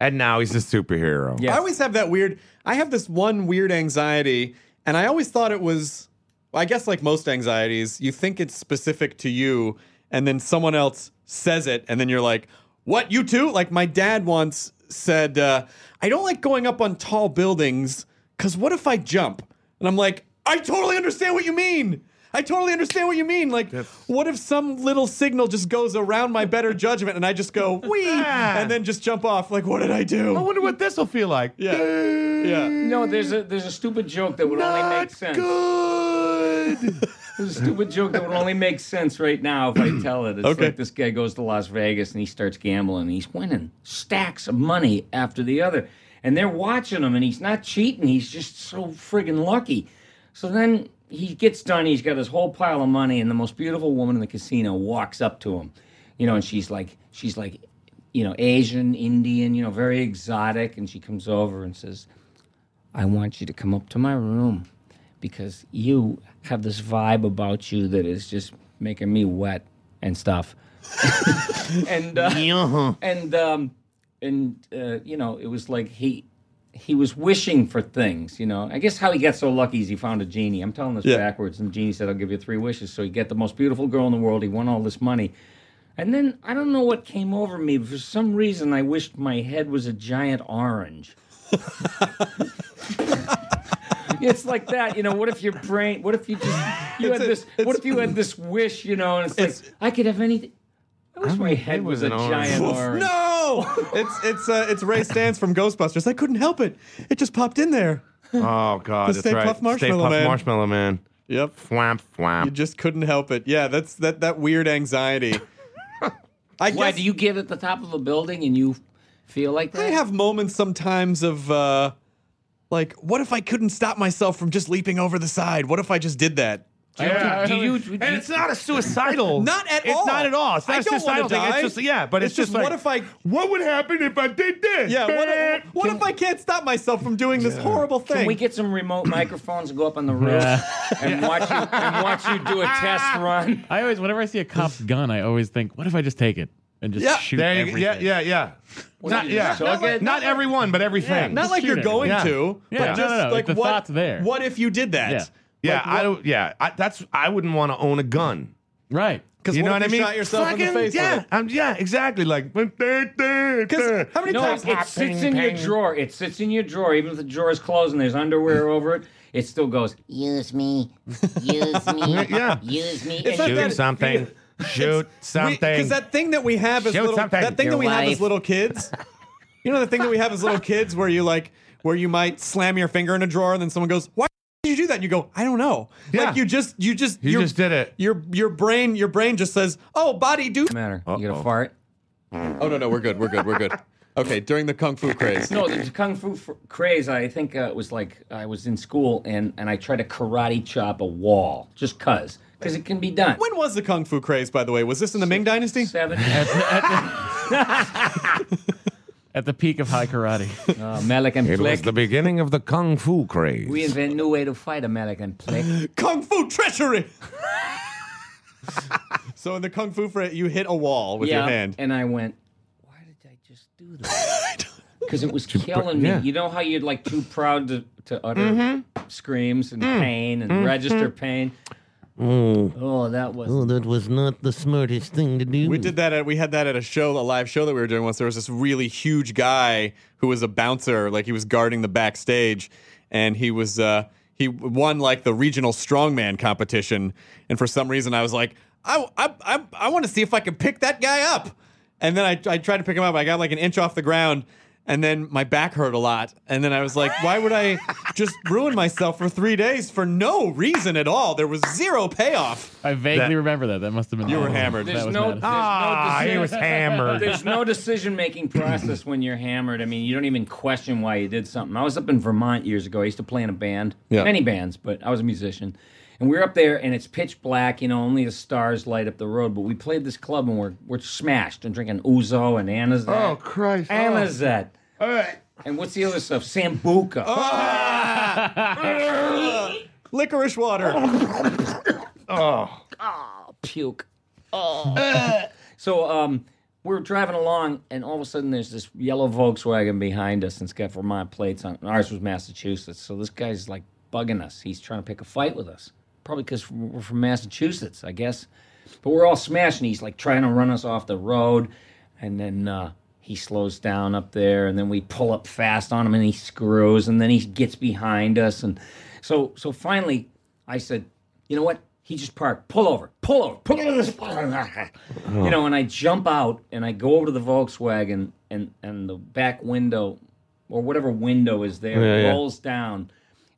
Speaker 4: And now he's a superhero.
Speaker 1: I always have that weird. I have this one weird anxiety, and I always thought it was. I guess like most anxieties, you think it's specific to you, and then someone else says it, and then you're like, "What? You too?" Like my dad once said, uh, "I don't like going up on tall buildings because what if I jump?" And I'm like, "I totally understand what you mean." I totally understand what you mean. Like, what if some little signal just goes around my better judgment and I just go, wee, and then just jump off? Like, what did I do?
Speaker 4: I wonder what this will feel like.
Speaker 1: Yeah.
Speaker 4: <laughs>
Speaker 1: Yeah.
Speaker 9: No, there's a there's a stupid joke that would only make sense.
Speaker 4: Good.
Speaker 9: There's a stupid joke that would only make sense right now if I tell it. It's
Speaker 1: Okay.
Speaker 9: like this guy goes to Las Vegas and he starts gambling. And he's winning stacks of money after the other, and they're watching him, and he's not cheating. He's just so friggin' lucky. So then he gets done. He's got his whole pile of money, and the most beautiful woman in the casino walks up to him, you know, and she's like, she's like, you know, Asian, Indian, you know, very exotic, and she comes over and says, "I want you to come up to my room." because you have this vibe about you that is just making me wet and stuff. and uh, and um, and uh, you know, it was like he he was wishing for things. You know, I guess how he got so lucky is he found a genie. I'm telling this
Speaker 6: Yeah.
Speaker 9: backwards, and the genie said, "I'll give you three wishes." So he got the most beautiful girl in the world. He won all this money. And then I don't know what came over me. but For some reason, I wished my head was a giant orange. <laughs> it's like that, you know. What if your brain? What if you just you had this? What if you had this wish, you know? And it's, like I could have anything. I wish my head was, a giant orange.
Speaker 1: <laughs> No, <laughs> it's it's uh, it's Ray Stans from Ghostbusters. I couldn't help it; it just popped in there.
Speaker 4: Oh God,
Speaker 1: The
Speaker 4: that's
Speaker 1: Stay
Speaker 4: right.
Speaker 1: Puft Marshmallow
Speaker 4: Stay Puft
Speaker 1: Man.
Speaker 4: Marshmallow Man.
Speaker 1: Yep.
Speaker 4: Flamp,
Speaker 1: You
Speaker 4: flamp.
Speaker 1: just couldn't help it. Yeah, that's that that weird <laughs> anxiety. I
Speaker 9: Why
Speaker 1: guess
Speaker 9: do you get at the top of a building and you feel like
Speaker 1: I
Speaker 9: that?
Speaker 1: have moments sometimes of uh, like, what if I couldn't stop myself from just leaping over the side? What if I just did that?
Speaker 4: Yeah.
Speaker 6: do you- do you-
Speaker 4: and it's not
Speaker 1: <laughs>
Speaker 4: a suicidal.
Speaker 6: Not at
Speaker 4: it's
Speaker 6: all.
Speaker 4: Not at all. It's not
Speaker 6: I
Speaker 4: a
Speaker 6: don't wanna
Speaker 4: suicidal thing. It's
Speaker 6: die.
Speaker 4: just yeah, but it's,
Speaker 1: It's just
Speaker 4: like,
Speaker 1: what if I-
Speaker 4: What would happen if I did this?
Speaker 1: Yeah, what,
Speaker 4: <laughs>
Speaker 1: what if I can't stop myself from doing this horrible thing?
Speaker 6: Can we get some remote microphones and go up on the roof and watch you and watch you do a test run?
Speaker 8: I always, whenever I see
Speaker 4: <laughs>
Speaker 8: a cop's gun, I always think, what if I just take it and just
Speaker 4: yeah,
Speaker 8: shoot
Speaker 4: there you-
Speaker 8: everything?
Speaker 4: yeah, yeah, yeah.
Speaker 6: What
Speaker 4: Not,
Speaker 6: do you
Speaker 4: yeah.
Speaker 6: just
Speaker 4: not,
Speaker 6: suck it?
Speaker 4: not everyone, but everything.
Speaker 1: Yeah, not like you're going
Speaker 4: Yeah.
Speaker 1: to,
Speaker 4: Yeah.
Speaker 1: but
Speaker 4: Yeah.
Speaker 1: just
Speaker 4: No, no, no,
Speaker 1: like
Speaker 4: the
Speaker 1: what,
Speaker 4: thought's there.
Speaker 1: what if you did that?
Speaker 4: Yeah, yeah. I don't. Yeah, I, that's. I wouldn't want to own a gun. Right.
Speaker 1: 'Cause
Speaker 4: you
Speaker 1: what
Speaker 4: know
Speaker 1: if
Speaker 4: what I
Speaker 1: you
Speaker 4: mean.
Speaker 1: shot yourself in the
Speaker 4: Fucking-
Speaker 1: face with
Speaker 4: Yeah.
Speaker 1: it?
Speaker 4: I'm, yeah. Exactly. Like. Because
Speaker 1: how many
Speaker 6: no, it, it sits in your drawer. It sits in your drawer, even if the drawer is closed and there's underwear over it. It still goes. Use me, use me,
Speaker 4: Yeah.
Speaker 6: use me.
Speaker 1: It's not
Speaker 4: Shoot
Speaker 1: that- <laughs>
Speaker 4: something. Shoot something.
Speaker 1: Because that thing that we have as
Speaker 4: Shoot
Speaker 1: little
Speaker 4: something.
Speaker 1: that thing
Speaker 4: Your
Speaker 1: that we have as
Speaker 4: wife.
Speaker 1: little kids, <laughs> you know the thing that we have as little kids where you like where you might slam your finger in a drawer and then someone goes, "Why did you do that?" And you go, "I don't know." Like you just you just
Speaker 4: You
Speaker 1: your-
Speaker 4: just did it.
Speaker 1: Your your brain your brain just says, "Oh, body do."
Speaker 6: Matter. You get a fart.
Speaker 1: <laughs> Oh no no we're good we're good we're good. Okay, during the kung fu craze.
Speaker 6: No, the kung fu f- craze. I think uh, it was like I was in school and and I tried to karate chop a wall just cause because it can be done.
Speaker 1: When was the kung fu craze? By the way, was this in the Ming Dynasty?
Speaker 6: Seven. uh,
Speaker 8: At the <laughs> peak of high karate.
Speaker 6: uh, Malik and
Speaker 4: It was
Speaker 6: Flick.
Speaker 4: the beginning of the kung fu craze.
Speaker 6: We invent new way to fight American Flick.
Speaker 1: Kung Fu treachery. so in the kung fu fray, you hit a wall with
Speaker 6: yeah,
Speaker 1: your hand.
Speaker 6: and I went.
Speaker 1: <laughs>
Speaker 6: Why did I just do that? Because it was killing me.
Speaker 1: yeah. Mm-hmm.
Speaker 6: You know how you're like too proud to, to utter screams and
Speaker 7: Mm.
Speaker 6: pain and
Speaker 7: Mm.
Speaker 6: register
Speaker 7: Mm.
Speaker 6: pain.
Speaker 1: Mm.
Speaker 7: Oh.
Speaker 6: Oh, that was.
Speaker 7: Oh, that was not the smartest thing to do.
Speaker 1: We did that. At, we had that at a show, a live show that we were doing once. There was this really huge guy who was a bouncer, like he was guarding the backstage, and he was uh, he won like the regional strongman competition. And for some reason, I was like, I I I, I want to see if I can pick that guy up. And then I I tried to pick him up. I got like an inch off the ground. And then my back hurt a lot. And then I was like, why would I just ruin myself for three days for no reason at all? There was zero payoff.
Speaker 8: I vaguely remember that. That must have been.
Speaker 1: You were hammered.
Speaker 8: That
Speaker 1: There's
Speaker 8: was
Speaker 1: no-
Speaker 8: bad.
Speaker 4: Ah, he was hammered.
Speaker 9: <laughs>
Speaker 6: There's no decision making process when you're hammered. I mean, you don't even question why you did something. I was up in Vermont years ago. I used to play in a band,
Speaker 1: Yeah.
Speaker 6: many bands, but I was a musician. And we were up there, and it's pitch black. You know, only the stars light up the road. But we played this club, and we're we're smashed and drinking ouzo and Anazette.
Speaker 7: Oh, Christ.
Speaker 6: Anazette. And what's the other stuff? Sambuca.
Speaker 1: Licorice water.
Speaker 6: Oh. puke. Oh. <laughs> so um, we're driving along, and all of a sudden there's this yellow Volkswagen behind us, and it's got Vermont plates on. And ours was Massachusetts, so this guy's like bugging us. He's trying to pick a fight with us, probably because we're from Massachusetts, I guess. But we're all smashing. He's like trying to run us off the road, and then uh, he slows down up there, and then we pull up fast on him, and he screws, and then he gets behind us, and so so finally, I said, you know what? He just parked. Pull over. Pull over. Pull over this. You know, and I jump out and I go over to the Volkswagen and and the back window or whatever window is there
Speaker 7: Yeah, yeah.
Speaker 6: rolls down.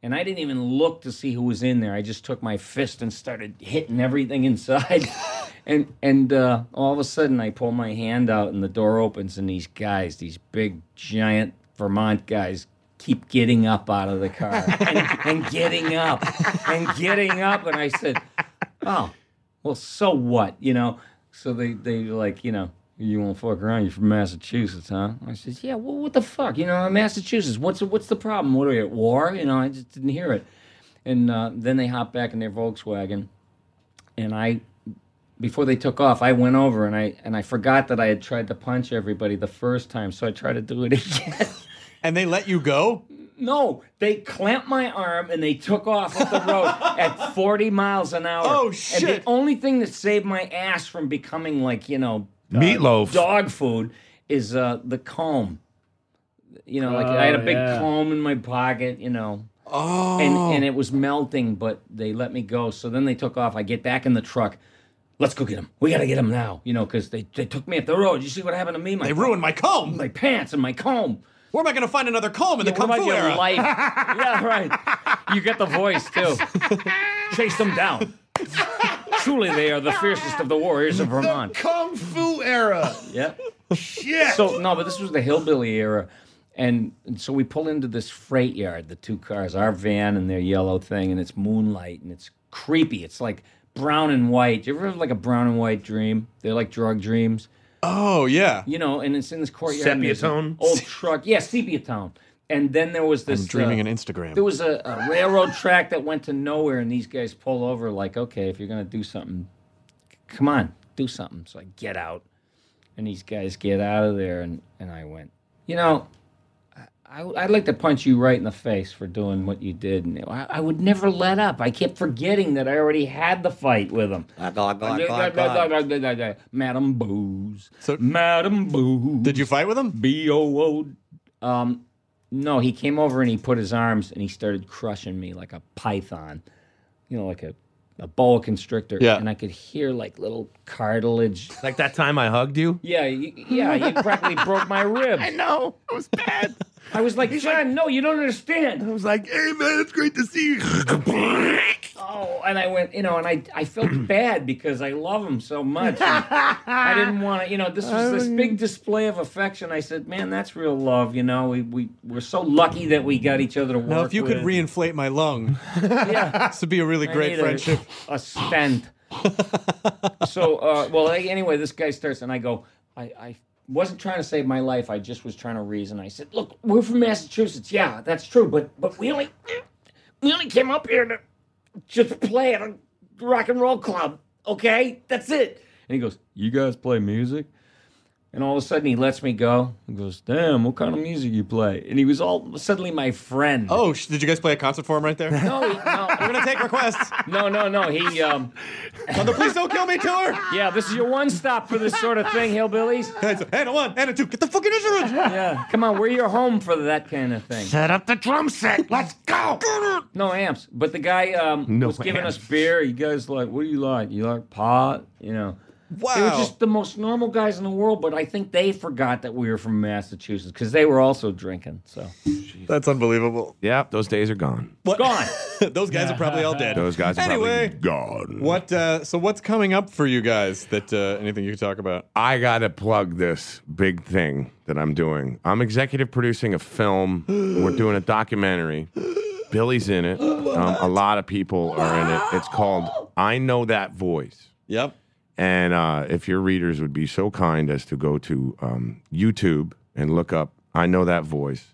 Speaker 6: And I didn't even look to see who was in there. I just took my fist and started hitting everything inside. <laughs> and and uh, all of a sudden, I pull my hand out, and the door opens, and these guys, these big giant Vermont guys, keep getting up out of the car and, and getting <laughs> up and getting up. And I said, "Oh, well, so what, you know?" So they they like, you know, you won't fuck around. You're from Massachusetts, huh? I says, "Yeah. Well, what the fuck, you know? Massachusetts. What's what's the problem? What are we at war? You know? I just didn't hear it." And uh, then they hop back in their Volkswagen, and I before they took off, I went over and I and I forgot that I had tried to punch everybody the first time, so I tried to do it <laughs> again.
Speaker 1: And they let you go?
Speaker 6: No, they clamped my arm and they took off up the road
Speaker 1: <laughs>
Speaker 6: at 40 miles an hour.
Speaker 1: Oh,
Speaker 6: And
Speaker 1: shit.
Speaker 6: the only thing that saved my ass from becoming like you know uh,
Speaker 4: Meatloaf.
Speaker 6: dog food is uh, the comb. You know, like I had a
Speaker 8: Oh,
Speaker 6: big
Speaker 8: yeah.
Speaker 6: comb in my pocket. You know.
Speaker 1: Oh.
Speaker 6: And and it was melting, but they let me go. So then they took off. I get back in the truck. Let's go get him. We gotta get him now. You know, because they, they took me up the road. You see what happened to me? My
Speaker 1: They ruined my comb.
Speaker 6: my pants, and my comb.
Speaker 1: Where am I going to find another comb in the
Speaker 6: Yeah,
Speaker 1: kung
Speaker 6: what about
Speaker 1: fu
Speaker 6: your
Speaker 1: era? <laughs>
Speaker 6: life? yeah, right. You get the voice too. Chase them down. Truly, they are the fiercest of the warriors of Vermont.
Speaker 11: Kung Fu era.
Speaker 6: Yeah.
Speaker 11: Shit.
Speaker 6: So no, but this was the hillbilly era, and, and so we pull into this freight yard. The two cars, our van and their yellow thing, and it's moonlight and it's
Speaker 9: creepy. It's like brown and white. Do you ever have like a brown and white dream? They're like drug dreams.
Speaker 1: Oh yeah.
Speaker 9: You know, and it's in this courtyard. and there's
Speaker 1: Sepia
Speaker 9: an
Speaker 1: tone?
Speaker 9: Old truck. Yeah, sepia tone. And then there was this.
Speaker 1: I'm dreaming
Speaker 9: uh,
Speaker 1: an Instagram.
Speaker 9: There was a, a railroad track that went to nowhere, and these guys pull over. Like, okay, if you're gonna do something, c- come on, do something. So I get out, and these guys get out of there, and and I went, you know. I, I'd like to punch you right in the face for doing what you did. And I, I would never let up. I kept forgetting that I already had the fight with him. Madam Booze. Madam Booze. Did
Speaker 1: you fight with him?
Speaker 9: B O O. Um, no, he came over and he put his arms and he started crushing me like a python, you know, like a, a boa constrictor.
Speaker 6: Yeah.
Speaker 9: And I could hear like little cartilage.
Speaker 6: Like that time I hugged you?
Speaker 9: Yeah, you, yeah, you practically <laughs> broke my ribs. I
Speaker 4: know. It was <laughs> bad.
Speaker 9: I was like, John, no, you don't understand. I
Speaker 4: was like, hey, man, it's great to see you. <laughs>
Speaker 9: Oh, and I went, you know, and I, I felt <clears throat> bad because I love him so much. And I
Speaker 1: <laughs>
Speaker 9: didn't want to, you know, this was this big display of affection. I said, man, that's real love, you know. We, we, we're so lucky that we got each other to work
Speaker 1: Now, if you could
Speaker 9: with.
Speaker 1: reinflate my
Speaker 9: <laughs>
Speaker 1: lung, this would be a really
Speaker 9: I
Speaker 1: great
Speaker 9: need a-
Speaker 1: friendship.
Speaker 9: A, stent. so, uh, well, a- anyway, this guy starts, and I go, I, I wasn't trying to save my life. I just was trying to reason. I said, look, we're from Massachusetts. Yeah, that's true, but but we only we only came up here to just play at a rock and roll club. Okay, that's it. And he goes, you guys play music? And all of a sudden, he lets me go. He goes, damn, what kind of music you play? And he was all suddenly my friend.
Speaker 1: Oh, sh- did you guys play a concert for him right there?
Speaker 9: <laughs> No, he- no.
Speaker 1: We're gonna take
Speaker 9: <laughs>
Speaker 1: requests.
Speaker 9: No, no, no. He um
Speaker 1: Mother, please don't kill me tour.
Speaker 9: Yeah, this is your one stop for this sort of thing, <laughs> hillbillies.
Speaker 1: And a one, and a two. Get the fucking insurance.
Speaker 9: <laughs> Yeah, uh, come on, we're your home for that kind of thing.
Speaker 4: Set up the drum
Speaker 8: <laughs>
Speaker 4: set. Let's go.
Speaker 9: No amps, but the guy um,
Speaker 4: No
Speaker 9: was giving us beer. You guys like, what do you like? You like pot? You know. They were
Speaker 12: Wow.
Speaker 9: just the most normal guys in the world, but I think they forgot that we were from Massachusetts because they were also drinking. So
Speaker 1: That's unbelievable.
Speaker 6: Yeah, those days are gone.
Speaker 4: <laughs>
Speaker 9: gone.
Speaker 1: <laughs> Those guys are probably all dead.
Speaker 6: Those guys are
Speaker 1: anyway,
Speaker 6: probably gone.
Speaker 1: What? Uh, so what's coming up for you guys? That uh, anything you can talk about?
Speaker 4: I gotta plug this big thing that I'm doing. I'm executive producing a <gasps> film. We're doing a documentary. Billy's in <gasps> it. Um, a lot of people are in it. It's called "I Know That Voice."
Speaker 1: Yep.
Speaker 4: And uh, if your readers would be so kind as to go to um, YouTube and look up "I Know That Voice,"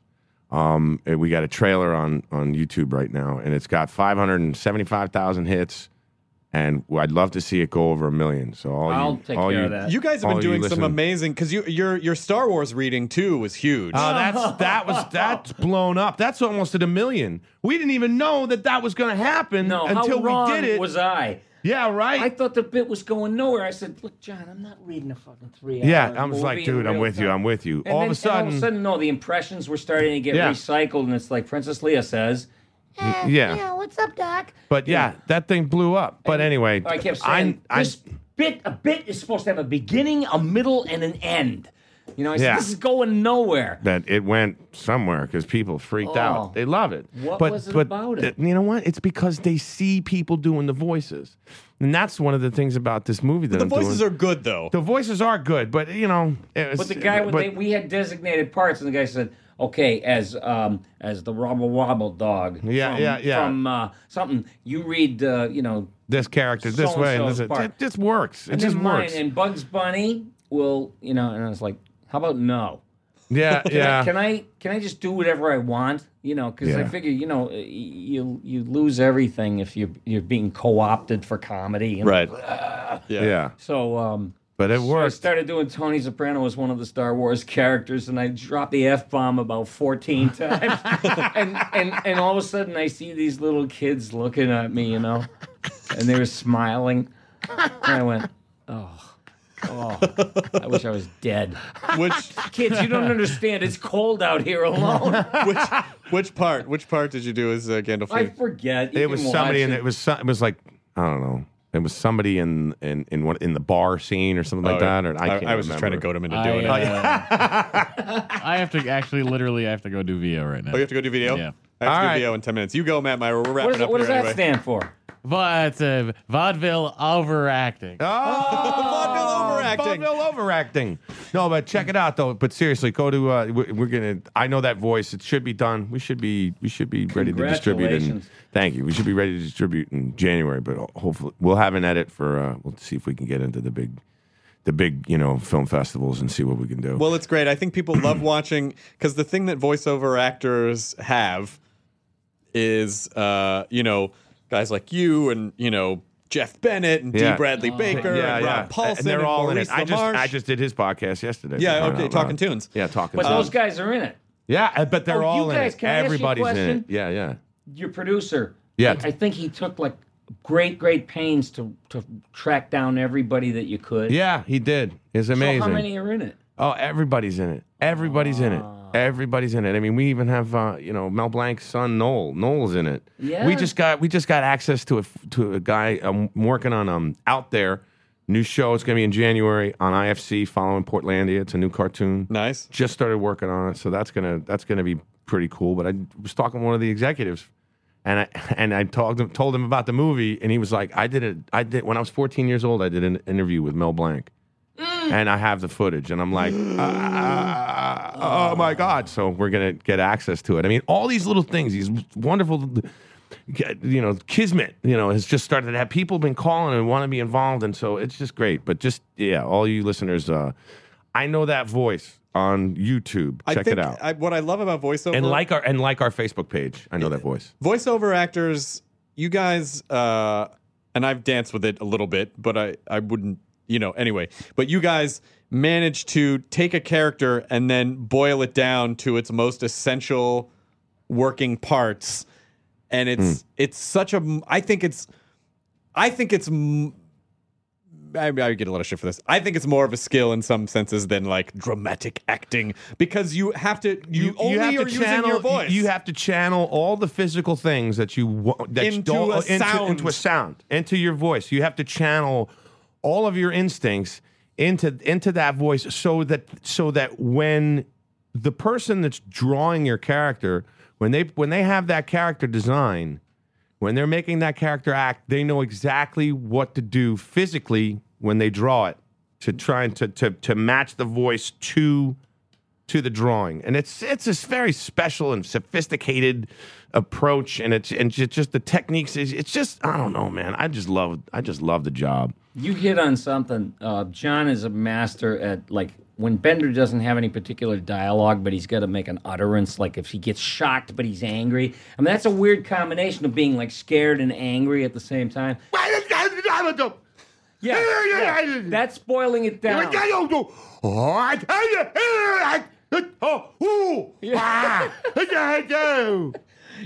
Speaker 4: um, and we got a trailer on on YouTube right now, and it's got 575,000 hits. And I'd love to see it go over a million. So all
Speaker 9: I'll
Speaker 4: you,
Speaker 9: take
Speaker 4: all
Speaker 9: care
Speaker 4: Oh, you,
Speaker 9: of that.
Speaker 1: You guys have
Speaker 4: all
Speaker 1: been doing some
Speaker 4: listening-
Speaker 1: amazing because you your your Star Wars reading too was huge.
Speaker 6: Oh,
Speaker 4: Ah,
Speaker 6: that's
Speaker 1: <laughs>
Speaker 6: that was that's blown up. That's almost at a million. We didn't even know that that was going to happen
Speaker 9: No, how
Speaker 6: until
Speaker 9: wrong
Speaker 6: we did it.
Speaker 9: was I?
Speaker 6: Yeah, right.
Speaker 9: I thought the bit was going nowhere. I said, "Look, John, I'm not reading a fucking three hour
Speaker 4: Yeah, I was like,
Speaker 9: movie in
Speaker 4: dude, I'm
Speaker 9: real
Speaker 4: with you. I'm with you.
Speaker 9: And
Speaker 4: all
Speaker 9: then-
Speaker 4: of a
Speaker 9: and all of a
Speaker 4: sudden,
Speaker 9: sudden, no, the impressions were starting to get
Speaker 4: Yeah.
Speaker 9: recycled, and it's like Princess Leia says,
Speaker 4: y- yeah.
Speaker 9: Oh, what's up, Doc?
Speaker 4: But yeah, that thing blew up. But anyway,
Speaker 9: I kept saying,
Speaker 4: I-
Speaker 9: this bit, a bit is supposed to have a beginning, a middle, and an end. You know, I
Speaker 4: Yeah.
Speaker 9: said, this is going nowhere.
Speaker 4: that it went somewhere because people freaked
Speaker 9: Oh.
Speaker 4: out. They love it.
Speaker 9: What
Speaker 4: but,
Speaker 9: was it
Speaker 4: but
Speaker 9: about
Speaker 4: th- You know what? It's because they see people doing the voices, and that's one of the things about this movie that
Speaker 1: the
Speaker 4: I'm
Speaker 1: voices
Speaker 4: doing.
Speaker 1: are good though.
Speaker 4: the voices are good, but you know, it was,
Speaker 9: But the guy,
Speaker 4: But,
Speaker 9: they, we had designated parts, and the guy said, okay, as um, as the wobble wobble dog.
Speaker 4: Yeah,
Speaker 9: from,
Speaker 4: yeah, yeah.
Speaker 9: From uh, something, you read, uh, you know,
Speaker 4: this character this way, and this,
Speaker 9: So-and-so's
Speaker 4: it,
Speaker 9: part.
Speaker 4: it just works. It
Speaker 9: and
Speaker 4: just
Speaker 9: then mine,
Speaker 4: works.
Speaker 9: and Bugs Bunny will, you know, and I was like, how about no? <laughs>
Speaker 4: yeah,
Speaker 9: Can
Speaker 4: yeah.
Speaker 9: I, can I can I just do whatever I want? You know, because I
Speaker 4: Yeah.
Speaker 9: figure you know y- you you lose everything if you're you're being co opted for comedy.
Speaker 1: <laughs>
Speaker 9: and-
Speaker 1: Right.
Speaker 4: yeah.
Speaker 9: So um,
Speaker 4: But it
Speaker 9: I
Speaker 4: worked.
Speaker 9: started doing Tony Soprano as one of the Star Wars characters, and I dropped the f bomb about fourteen times, and, and and all of a sudden I see these little kids looking at me, you know, and they were smiling, and I went, oh. Oh, I wish I was dead.
Speaker 1: <laughs> Which
Speaker 9: kids, you don't understand. It's cold out here alone.
Speaker 1: which which part? Which part did you do as uh,
Speaker 9: I
Speaker 1: Gandalf?
Speaker 9: forget. You
Speaker 4: it was
Speaker 9: can watch
Speaker 4: somebody, and
Speaker 9: it.
Speaker 4: it was so, it was like I don't know. It was somebody in in in, one, in the bar scene or something like
Speaker 1: Oh, yeah.
Speaker 4: that. Or I,
Speaker 1: I-
Speaker 4: can't
Speaker 1: I was just trying to
Speaker 4: remember.
Speaker 1: goad him into
Speaker 8: I,
Speaker 1: doing it. Oh,
Speaker 4: <laughs>
Speaker 8: uh, I have to actually, literally, I have to go do VO right now.
Speaker 1: Oh, you have to go do video. I
Speaker 8: Yeah.
Speaker 1: have to
Speaker 8: All
Speaker 1: do
Speaker 8: right.
Speaker 1: video in ten minutes. You go, Matt Myra. We're wrapping
Speaker 9: What, is,
Speaker 1: up
Speaker 9: what
Speaker 1: here <laughs>
Speaker 9: does that
Speaker 1: anyway.
Speaker 9: stand for?
Speaker 8: But uh, vaudeville overacting.
Speaker 9: Oh,
Speaker 4: overacting. Oh, overacting. No, but check it out though. But seriously, go to. Uh, we're, we're gonna. I know that voice. It should be done. We should be. We should be ready to distribute. And
Speaker 9: Congratulations.
Speaker 4: thank you. We should be ready to distribute in January. But hopefully, we'll have an edit for. Uh, we'll see if we can get into the big, the big, you know, film festivals and see what we can do.
Speaker 1: Well, it's great. I think people love <clears throat> watching because the thing that voiceover actors have is, uh, you know, guys like you and you know Jeff Bennett and
Speaker 4: Yeah.
Speaker 1: D. Bradley
Speaker 9: Oh.
Speaker 1: Baker
Speaker 4: yeah,
Speaker 1: and
Speaker 4: yeah.
Speaker 1: Rob Paulson,
Speaker 4: and they're all in
Speaker 1: Maurice
Speaker 4: it. I just,
Speaker 1: LaMarche.
Speaker 4: I just did his podcast yesterday.
Speaker 1: Yeah,
Speaker 4: Why
Speaker 1: okay,
Speaker 4: not?
Speaker 1: Talking Tunes.
Speaker 4: Yeah, talking.
Speaker 9: But
Speaker 4: tunes.
Speaker 9: those guys are in it.
Speaker 4: Yeah, uh, but they're
Speaker 9: Oh,
Speaker 4: all
Speaker 9: you
Speaker 4: in
Speaker 9: guys,
Speaker 4: it.
Speaker 9: can I ask you a
Speaker 4: Everybody's in
Speaker 9: question?
Speaker 4: it. Yeah, yeah.
Speaker 9: Your producer.
Speaker 4: Yeah.
Speaker 9: I, I think he took like great, great pains to to track down everybody that you could.
Speaker 4: Yeah, he did. It's amazing.
Speaker 9: So how many Ah. are in it?
Speaker 4: Oh, everybody's in it. Everybody's in it. Everybody's in it. I mean, we even have uh, you know Mel Blanc's son Noel. Noel's in it.
Speaker 9: Yeah.
Speaker 4: We just got we just got access to a to a guy I'm working on um out there new show. It's gonna be in January on IFC following Portlandia. It's a new cartoon.
Speaker 1: Nice.
Speaker 4: Just started working on it, so that's gonna that's gonna be pretty cool. But I was talking to one of the executives. And I <laughs> and I talked him, told him about the movie, and he was like, "I did it. I did when I was 14 years old. I did an interview with Mel Blanc, and I have the footage, and I'm like, "Ah, oh my god! So we're gonna get access to it. I mean, all these little things, these wonderful, you know, kismet, you know, has just started to have people been calling and want to be involved, and so it's just great. But just yeah, all you listeners, uh, I know that voice on YouTube.
Speaker 1: I
Speaker 4: Check
Speaker 1: think
Speaker 4: it out
Speaker 1: I, what I love about voiceover
Speaker 4: and like our and like our Facebook page. I know that voice.
Speaker 1: voiceover actors you guys uh and i've danced with it a little bit but i i wouldn't you know anyway but you guys manage to take a character and then boil it down to its most essential working parts and it's it's such a m- i think it's i think it's m- I, I get a lot of shit for this. I think it's more of a skill in some senses than like dramatic acting because you have to you, only are using your voice.
Speaker 4: You have to channel all the physical things that you want that you
Speaker 1: Into
Speaker 4: don't, uh,
Speaker 1: a sound.
Speaker 4: into a sound, into your voice. You have to channel all of your instincts into into that voice, so that so that when the person that's drawing your character, when they when they have that character design, when they're making that character act, they know exactly what to do physically when they draw it to try and to to, to match the voice to to the drawing. And it's it's this very special and sophisticated approach and it's and ju- just the techniques is it's just I don't know, man. I just love I just love the job.
Speaker 9: You hit on something. Uh, John is a master at like when Bender doesn't have any particular dialogue, but he's got to make an utterance. Like if he gets shocked, but he's angry. I mean, that's a weird combination of being like scared and angry at the same time. Yeah, yeah. that's boiling it down.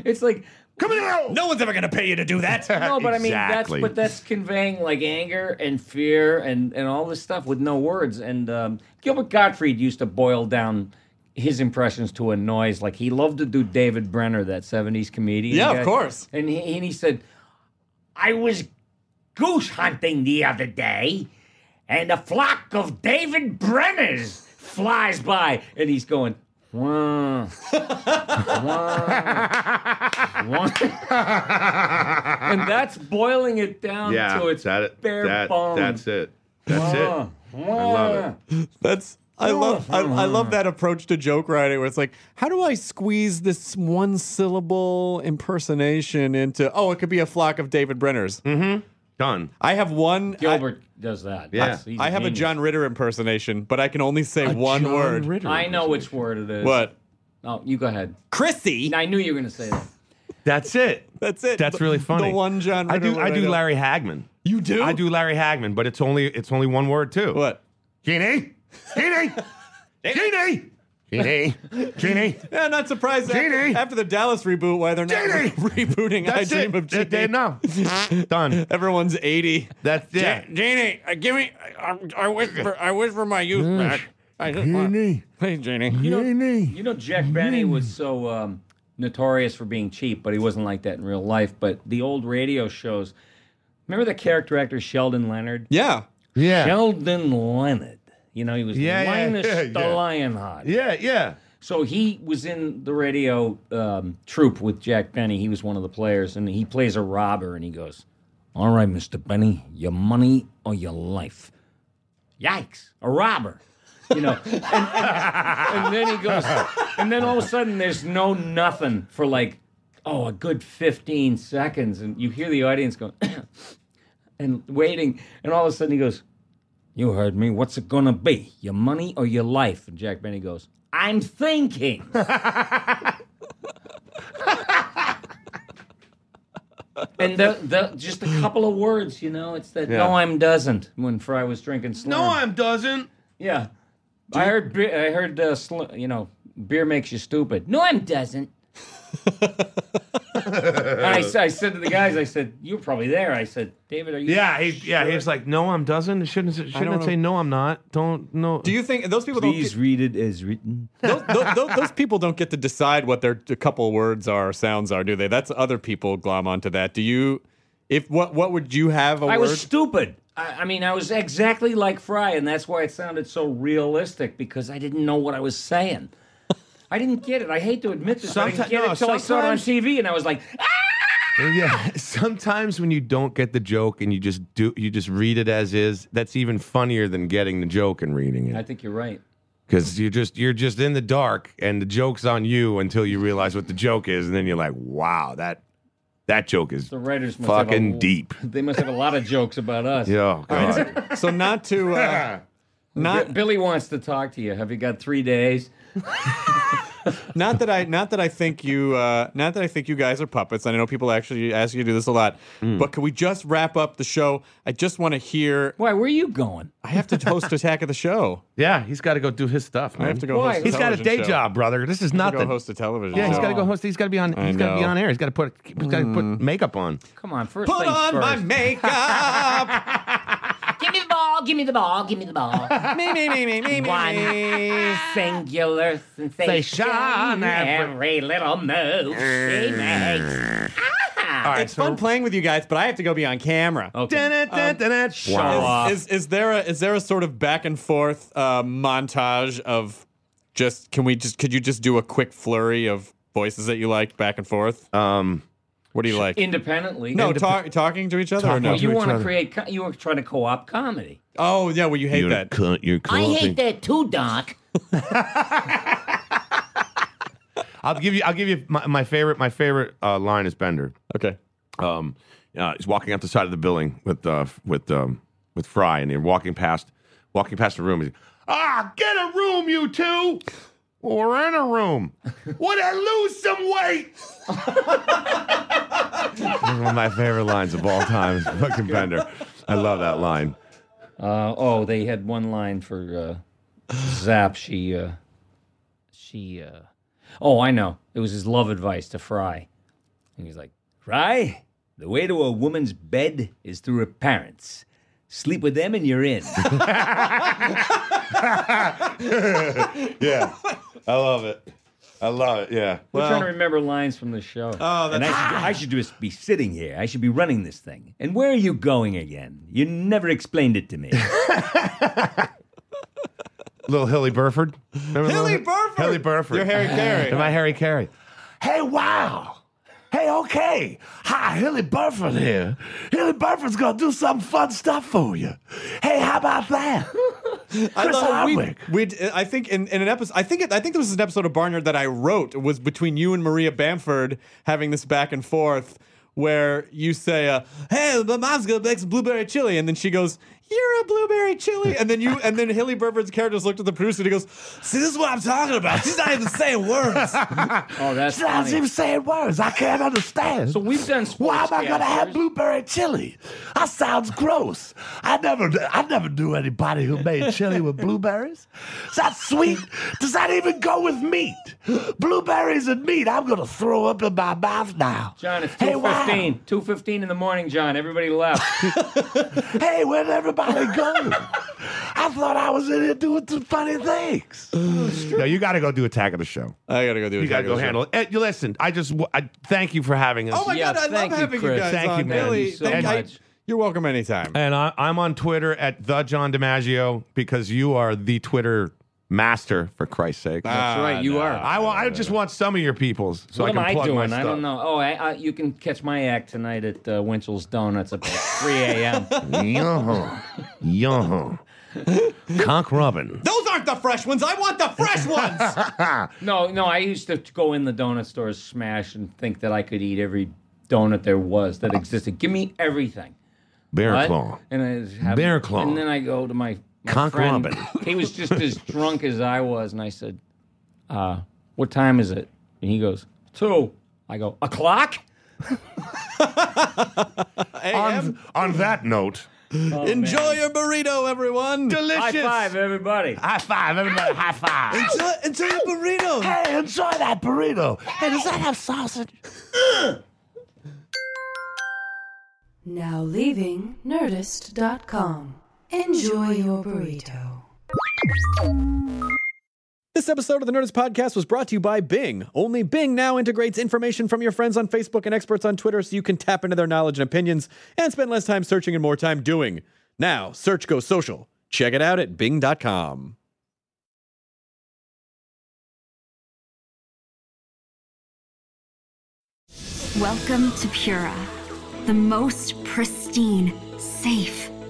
Speaker 9: It's like
Speaker 4: come out.
Speaker 1: No one's ever going to pay you to do <laughs> that.
Speaker 9: No, but I mean that's but that's conveying like anger and fear and and all this stuff with no words. And um, Gilbert Gottfried used to boil down his impressions to a noise. Like he loved to do David Brenner, that '70s comedian.
Speaker 13: Yeah, of
Speaker 9: guy.
Speaker 13: course.
Speaker 9: And he, and he said,
Speaker 14: I was goose hunting the other day, and a flock of David Brenners flies by.
Speaker 9: and he's going. Wah,
Speaker 1: <laughs>
Speaker 9: wah, wah." and that's boiling it down to its bare bones.
Speaker 4: it.
Speaker 9: Wah, wah.
Speaker 1: That's I love I, I love that approach to joke writing where it's like, how do I squeeze this one syllable impersonation into oh, it could be a flock of David Brenners.
Speaker 4: Mm-hmm. Done.
Speaker 1: I have one
Speaker 9: Gilbert does that. That's- he's
Speaker 1: I, I have a
Speaker 9: genius.
Speaker 1: John Ritter impersonation, but I can only say one
Speaker 9: John
Speaker 1: word.
Speaker 9: Ritter I know which word it is.
Speaker 1: What?
Speaker 9: Oh, you go ahead.
Speaker 1: Chrissy.
Speaker 9: I knew you were going to say that.
Speaker 4: That's it.
Speaker 1: That's it.
Speaker 4: That's really
Speaker 1: The
Speaker 4: funny.
Speaker 1: one John
Speaker 4: I
Speaker 1: Ritter
Speaker 4: do
Speaker 1: word
Speaker 4: I
Speaker 1: I
Speaker 4: do
Speaker 1: know.
Speaker 4: Larry Hagman.
Speaker 1: You do?
Speaker 4: I do Larry Hagman, but it's only it's only one word too.
Speaker 1: What?
Speaker 4: Genie.
Speaker 6: <laughs>
Speaker 4: Genie. Genie.
Speaker 1: <laughs>
Speaker 4: Genie. Genie.
Speaker 1: Yeah, not surprised after, after the Dallas reboot why they're not re- <laughs> rebooting
Speaker 4: That's
Speaker 1: I
Speaker 4: it.
Speaker 1: Dream of
Speaker 4: They-
Speaker 1: Genie.
Speaker 4: they know. Done.
Speaker 1: Everyone's 80.
Speaker 4: That's yeah.
Speaker 1: Genie, uh, give me I, I whisper I whisper my youth
Speaker 6: Mm.
Speaker 9: Yes.
Speaker 1: back. I just want- Hey, Janie.
Speaker 9: You know, you know Jack Benny
Speaker 13: Mm-hmm.
Speaker 9: was so um, notorious for being cheap, but he wasn't like that in real life. But the old radio shows, remember the character actor Sheldon Leonard?
Speaker 1: Yeah.
Speaker 4: Yeah.
Speaker 9: Sheldon Leonard. You know, he was
Speaker 13: Yeah, yeah,
Speaker 9: Linus
Speaker 13: yeah,
Speaker 9: the
Speaker 13: yeah.
Speaker 9: Lionheart.
Speaker 4: Yeah, yeah.
Speaker 9: So he was in the radio um, troupe with Jack Benny. He was one of the players, and he plays a robber, and he goes, All right, Mr. Benny, your money or your life. Yikes, a robber. You know, and, and- and then he goes, and then all of a sudden there's no nothing for like, oh, a good 15 seconds. And you hear the audience going, <clears throat> and waiting. And all of a sudden he goes, You heard me. What's it going to be? Your money or your life? And Jack Benny goes, I'm thinking. and the, the, just a couple of words, you know, it's that
Speaker 6: Yeah.
Speaker 9: no, I'm doesn't when Fry was drinking Slurm.
Speaker 6: No, I'm doesn't.
Speaker 9: Yeah. I heard, beer, I heard, uh, sl- you know, beer makes you stupid. No, I'm doesn't. <laughs> and I, s- I said to the guys, I said, you were probably there. I said, David, are you?
Speaker 6: Yeah, he, yeah, he's like, no, I'm doesn't. It Shouldn't it
Speaker 9: don't
Speaker 6: shouldn't it
Speaker 9: know.
Speaker 6: say no, I'm not. Don't no.
Speaker 1: Do you think those people
Speaker 6: Please
Speaker 1: don't?
Speaker 9: read it as written.
Speaker 1: Those, those, those, those people don't get to decide what their a couple words are, or sounds are, do they? That's other people glom onto that. Do you? If what what would you have a
Speaker 9: I
Speaker 1: word?
Speaker 9: was stupid. I, I mean, I was exactly like Fry, and that's why it sounded so realistic because I didn't know what I was saying. I didn't get it. I hate to admit this. I
Speaker 6: Someti-
Speaker 9: didn't get
Speaker 6: no,
Speaker 9: it until I saw it on
Speaker 6: sometimes-
Speaker 9: TV, and I was like,
Speaker 4: yeah. <laughs> Sometimes when you don't get the joke and you just do you just read it as is, that's even funnier than getting the joke and reading it.
Speaker 9: I think you're right.
Speaker 4: Because you just you're just in the dark and the joke's on you until you realize what the joke is, and then you're like, wow, that that joke is
Speaker 9: The writers must have a-
Speaker 4: fucking deep.
Speaker 9: They must have a lot of jokes about us.
Speaker 4: Yeah, oh, God.
Speaker 1: <laughs> so not to uh,
Speaker 4: <laughs>
Speaker 9: not Billy wants to talk to you. Have you got three days?
Speaker 1: not that I not that I think you uh, not that I think you guys are puppets. and I know people actually ask you to do this a lot, but can we just wrap up the show? I just want to hear.
Speaker 9: Why? Where are you going?
Speaker 1: I have to
Speaker 4: <laughs>
Speaker 1: host Attack of the Show.
Speaker 4: Yeah, he's got to go do his stuff.
Speaker 1: I have to go.
Speaker 4: Why?
Speaker 1: Host
Speaker 4: He's got a
Speaker 1: television
Speaker 4: day
Speaker 1: show.
Speaker 4: job, brother. Oh. This is
Speaker 1: I have to
Speaker 4: nothing.
Speaker 1: Go host a television.
Speaker 4: Yeah, he's
Speaker 1: show.
Speaker 4: got to go host. He's got to be on.
Speaker 1: I
Speaker 4: He's got to be
Speaker 1: know.
Speaker 4: on air. He's got to put. He's got to put makeup on.
Speaker 9: Come on, first
Speaker 15: Put
Speaker 9: things
Speaker 15: on
Speaker 9: first.
Speaker 15: my
Speaker 1: makeup.
Speaker 4: <laughs>
Speaker 8: give me the ball, give me the ball, give me the
Speaker 1: <laughs>
Speaker 8: ball.
Speaker 1: me, me, me, me, me, me.
Speaker 8: One singular sensation
Speaker 15: Sensation
Speaker 8: every, little move she makes.
Speaker 1: All right, Oh, it's fun playing with you guys, but I have to go be on camera.
Speaker 15: Wow.
Speaker 1: Is, is, is there a is there a sort of back and forth uh, montage of just can we just could you just do a quick flurry of voices that you liked back and forth?
Speaker 4: Um,
Speaker 1: what do you like?
Speaker 9: Independently.
Speaker 1: no, talk, talking to each other or no?
Speaker 9: Well, you want to create? Co- you were trying to co-op comedy.
Speaker 1: Oh yeah, well you hate
Speaker 4: You're a
Speaker 1: that.
Speaker 4: cunt, you're a
Speaker 8: I hate that too, Doc.
Speaker 4: I'll give you. I'll give you my, my favorite. My favorite uh, line is Bender.
Speaker 1: Okay.
Speaker 4: Um, uh, he's walking up the side of the building with uh, f- with um, with Fry, and they're walking past, walking past the room. He's, Ah, get a room, you two. We're in a room. Would I lose some weight? <laughs> One of my favorite lines of all time is fucking Bender. I love that line.
Speaker 9: Uh, oh, they had one line for uh, Zap. She, uh, she. Uh, oh, I know. It was his love advice to Fry, and he's like, "Fry, the way to a woman's bed is through her parents. Sleep with them, and you're in."
Speaker 4: yeah, I love it. I love it. Yeah.
Speaker 9: We're trying to remember lines from the show.
Speaker 1: Oh,
Speaker 9: and I, should, I should just be sitting here. I should be running this thing. And where are you going again? You never explained it to me.
Speaker 4: Little Hilly Burford. Remember
Speaker 15: Hilly
Speaker 4: Little-
Speaker 15: Burford!
Speaker 4: Hilly Burford.
Speaker 15: You're Harry Carey.
Speaker 4: Am I Harry Carey?
Speaker 15: Hey, wow. Hey, okay. Hi, Hilly Burford here. Hilly Burford's gonna do some fun stuff for you. Hey, how about that? Chris
Speaker 1: we,
Speaker 15: Hardwick.
Speaker 1: we'd, uh, I think in, in an episode, I think it, I think this was an episode of Barnyard that I wrote was between you and Maria Bamford having this back and forth where you say, uh, "Hey, but mom's gonna make some blueberry chili," and then she goes, "You're a blueberry chili," and then you and then Hilly Burford's character just looked at the producer and he goes, "See, this is what I'm talking about. She's not even saying words."
Speaker 9: oh, that's
Speaker 15: She's not
Speaker 1: funny.
Speaker 15: even saying words. I can't understand. So
Speaker 9: we've done.
Speaker 15: Why am I gonna have blueberry chili? That sounds gross. I never, I never knew anybody who made chili with blueberries. Is that sweet? Does that even go with meat? Blueberries and meat. I'm gonna throw up in my mouth now.
Speaker 9: <laughs> John, it's
Speaker 15: Hey,
Speaker 9: 2.15. 2.15 in the morning, John. Everybody left.
Speaker 15: Hey, where'd everybody go? I thought I was in here doing some funny things.
Speaker 4: No, you got to go do Attack of the Show.
Speaker 1: I gotta go do.
Speaker 4: You got to go handle it. Eh, you listen, I just w- I thank you for having us.
Speaker 1: Oh my
Speaker 9: Yeah,
Speaker 1: god, I love
Speaker 9: thank you,
Speaker 1: having you
Speaker 9: Chris.
Speaker 1: guys
Speaker 4: Thank
Speaker 1: on.
Speaker 4: you, man.
Speaker 1: Really,
Speaker 4: Thank you so
Speaker 1: thank- I-
Speaker 4: much.
Speaker 1: you're welcome anytime.
Speaker 4: And I, I'm on Twitter at the John DiMaggio because you are the Twitter master, for Christ's sake.
Speaker 6: That's right, <laughs> you are.
Speaker 4: I, wa- I just want some of your people's so
Speaker 6: Ah. what
Speaker 4: I can
Speaker 6: am I
Speaker 4: plug my
Speaker 6: doing?
Speaker 4: stuff.
Speaker 6: I don't know. Oh, I, I, you can catch my act tonight at uh, Winchell's Donuts about 3 a.m.
Speaker 4: Yo, yo, cock robin.
Speaker 1: Those aren't the fresh ones. I want the <laughs> fresh ones.
Speaker 6: no, no, I used to go in the donut stores, smash, and think that I could eat every donut there was that existed. Give me everything.
Speaker 4: Bear
Speaker 6: Right?
Speaker 4: claw.
Speaker 6: And I just have-
Speaker 4: Bear claw.
Speaker 6: And then I go to my, my
Speaker 4: Conk
Speaker 6: friend.
Speaker 4: Robin.
Speaker 6: He was just
Speaker 9: <laughs>
Speaker 6: as drunk as I was, and I said, uh, "What time is it?" And he goes, two. I go, "A clock."
Speaker 4: on, on that note,
Speaker 1: Enjoy your burrito, everyone.
Speaker 4: Delicious. Oh, High five,
Speaker 6: everybody.
Speaker 4: High five, everybody. High five.
Speaker 1: Enjoy, enjoy your burrito.
Speaker 16: Hey, enjoy that burrito. Hey, does that have sausage?
Speaker 3: Now leaving Nerdist.com. Enjoy your burrito.
Speaker 1: This episode of the Nerdist Podcast was brought to you by Bing. Only Bing now integrates information from your friends on Facebook and experts on Twitter so you can tap into their knowledge and opinions and spend less time searching and more time doing. Now, search Go Social. Check it out at bing.com.
Speaker 9: Welcome to Pura, the most pristine, safe,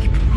Speaker 9: we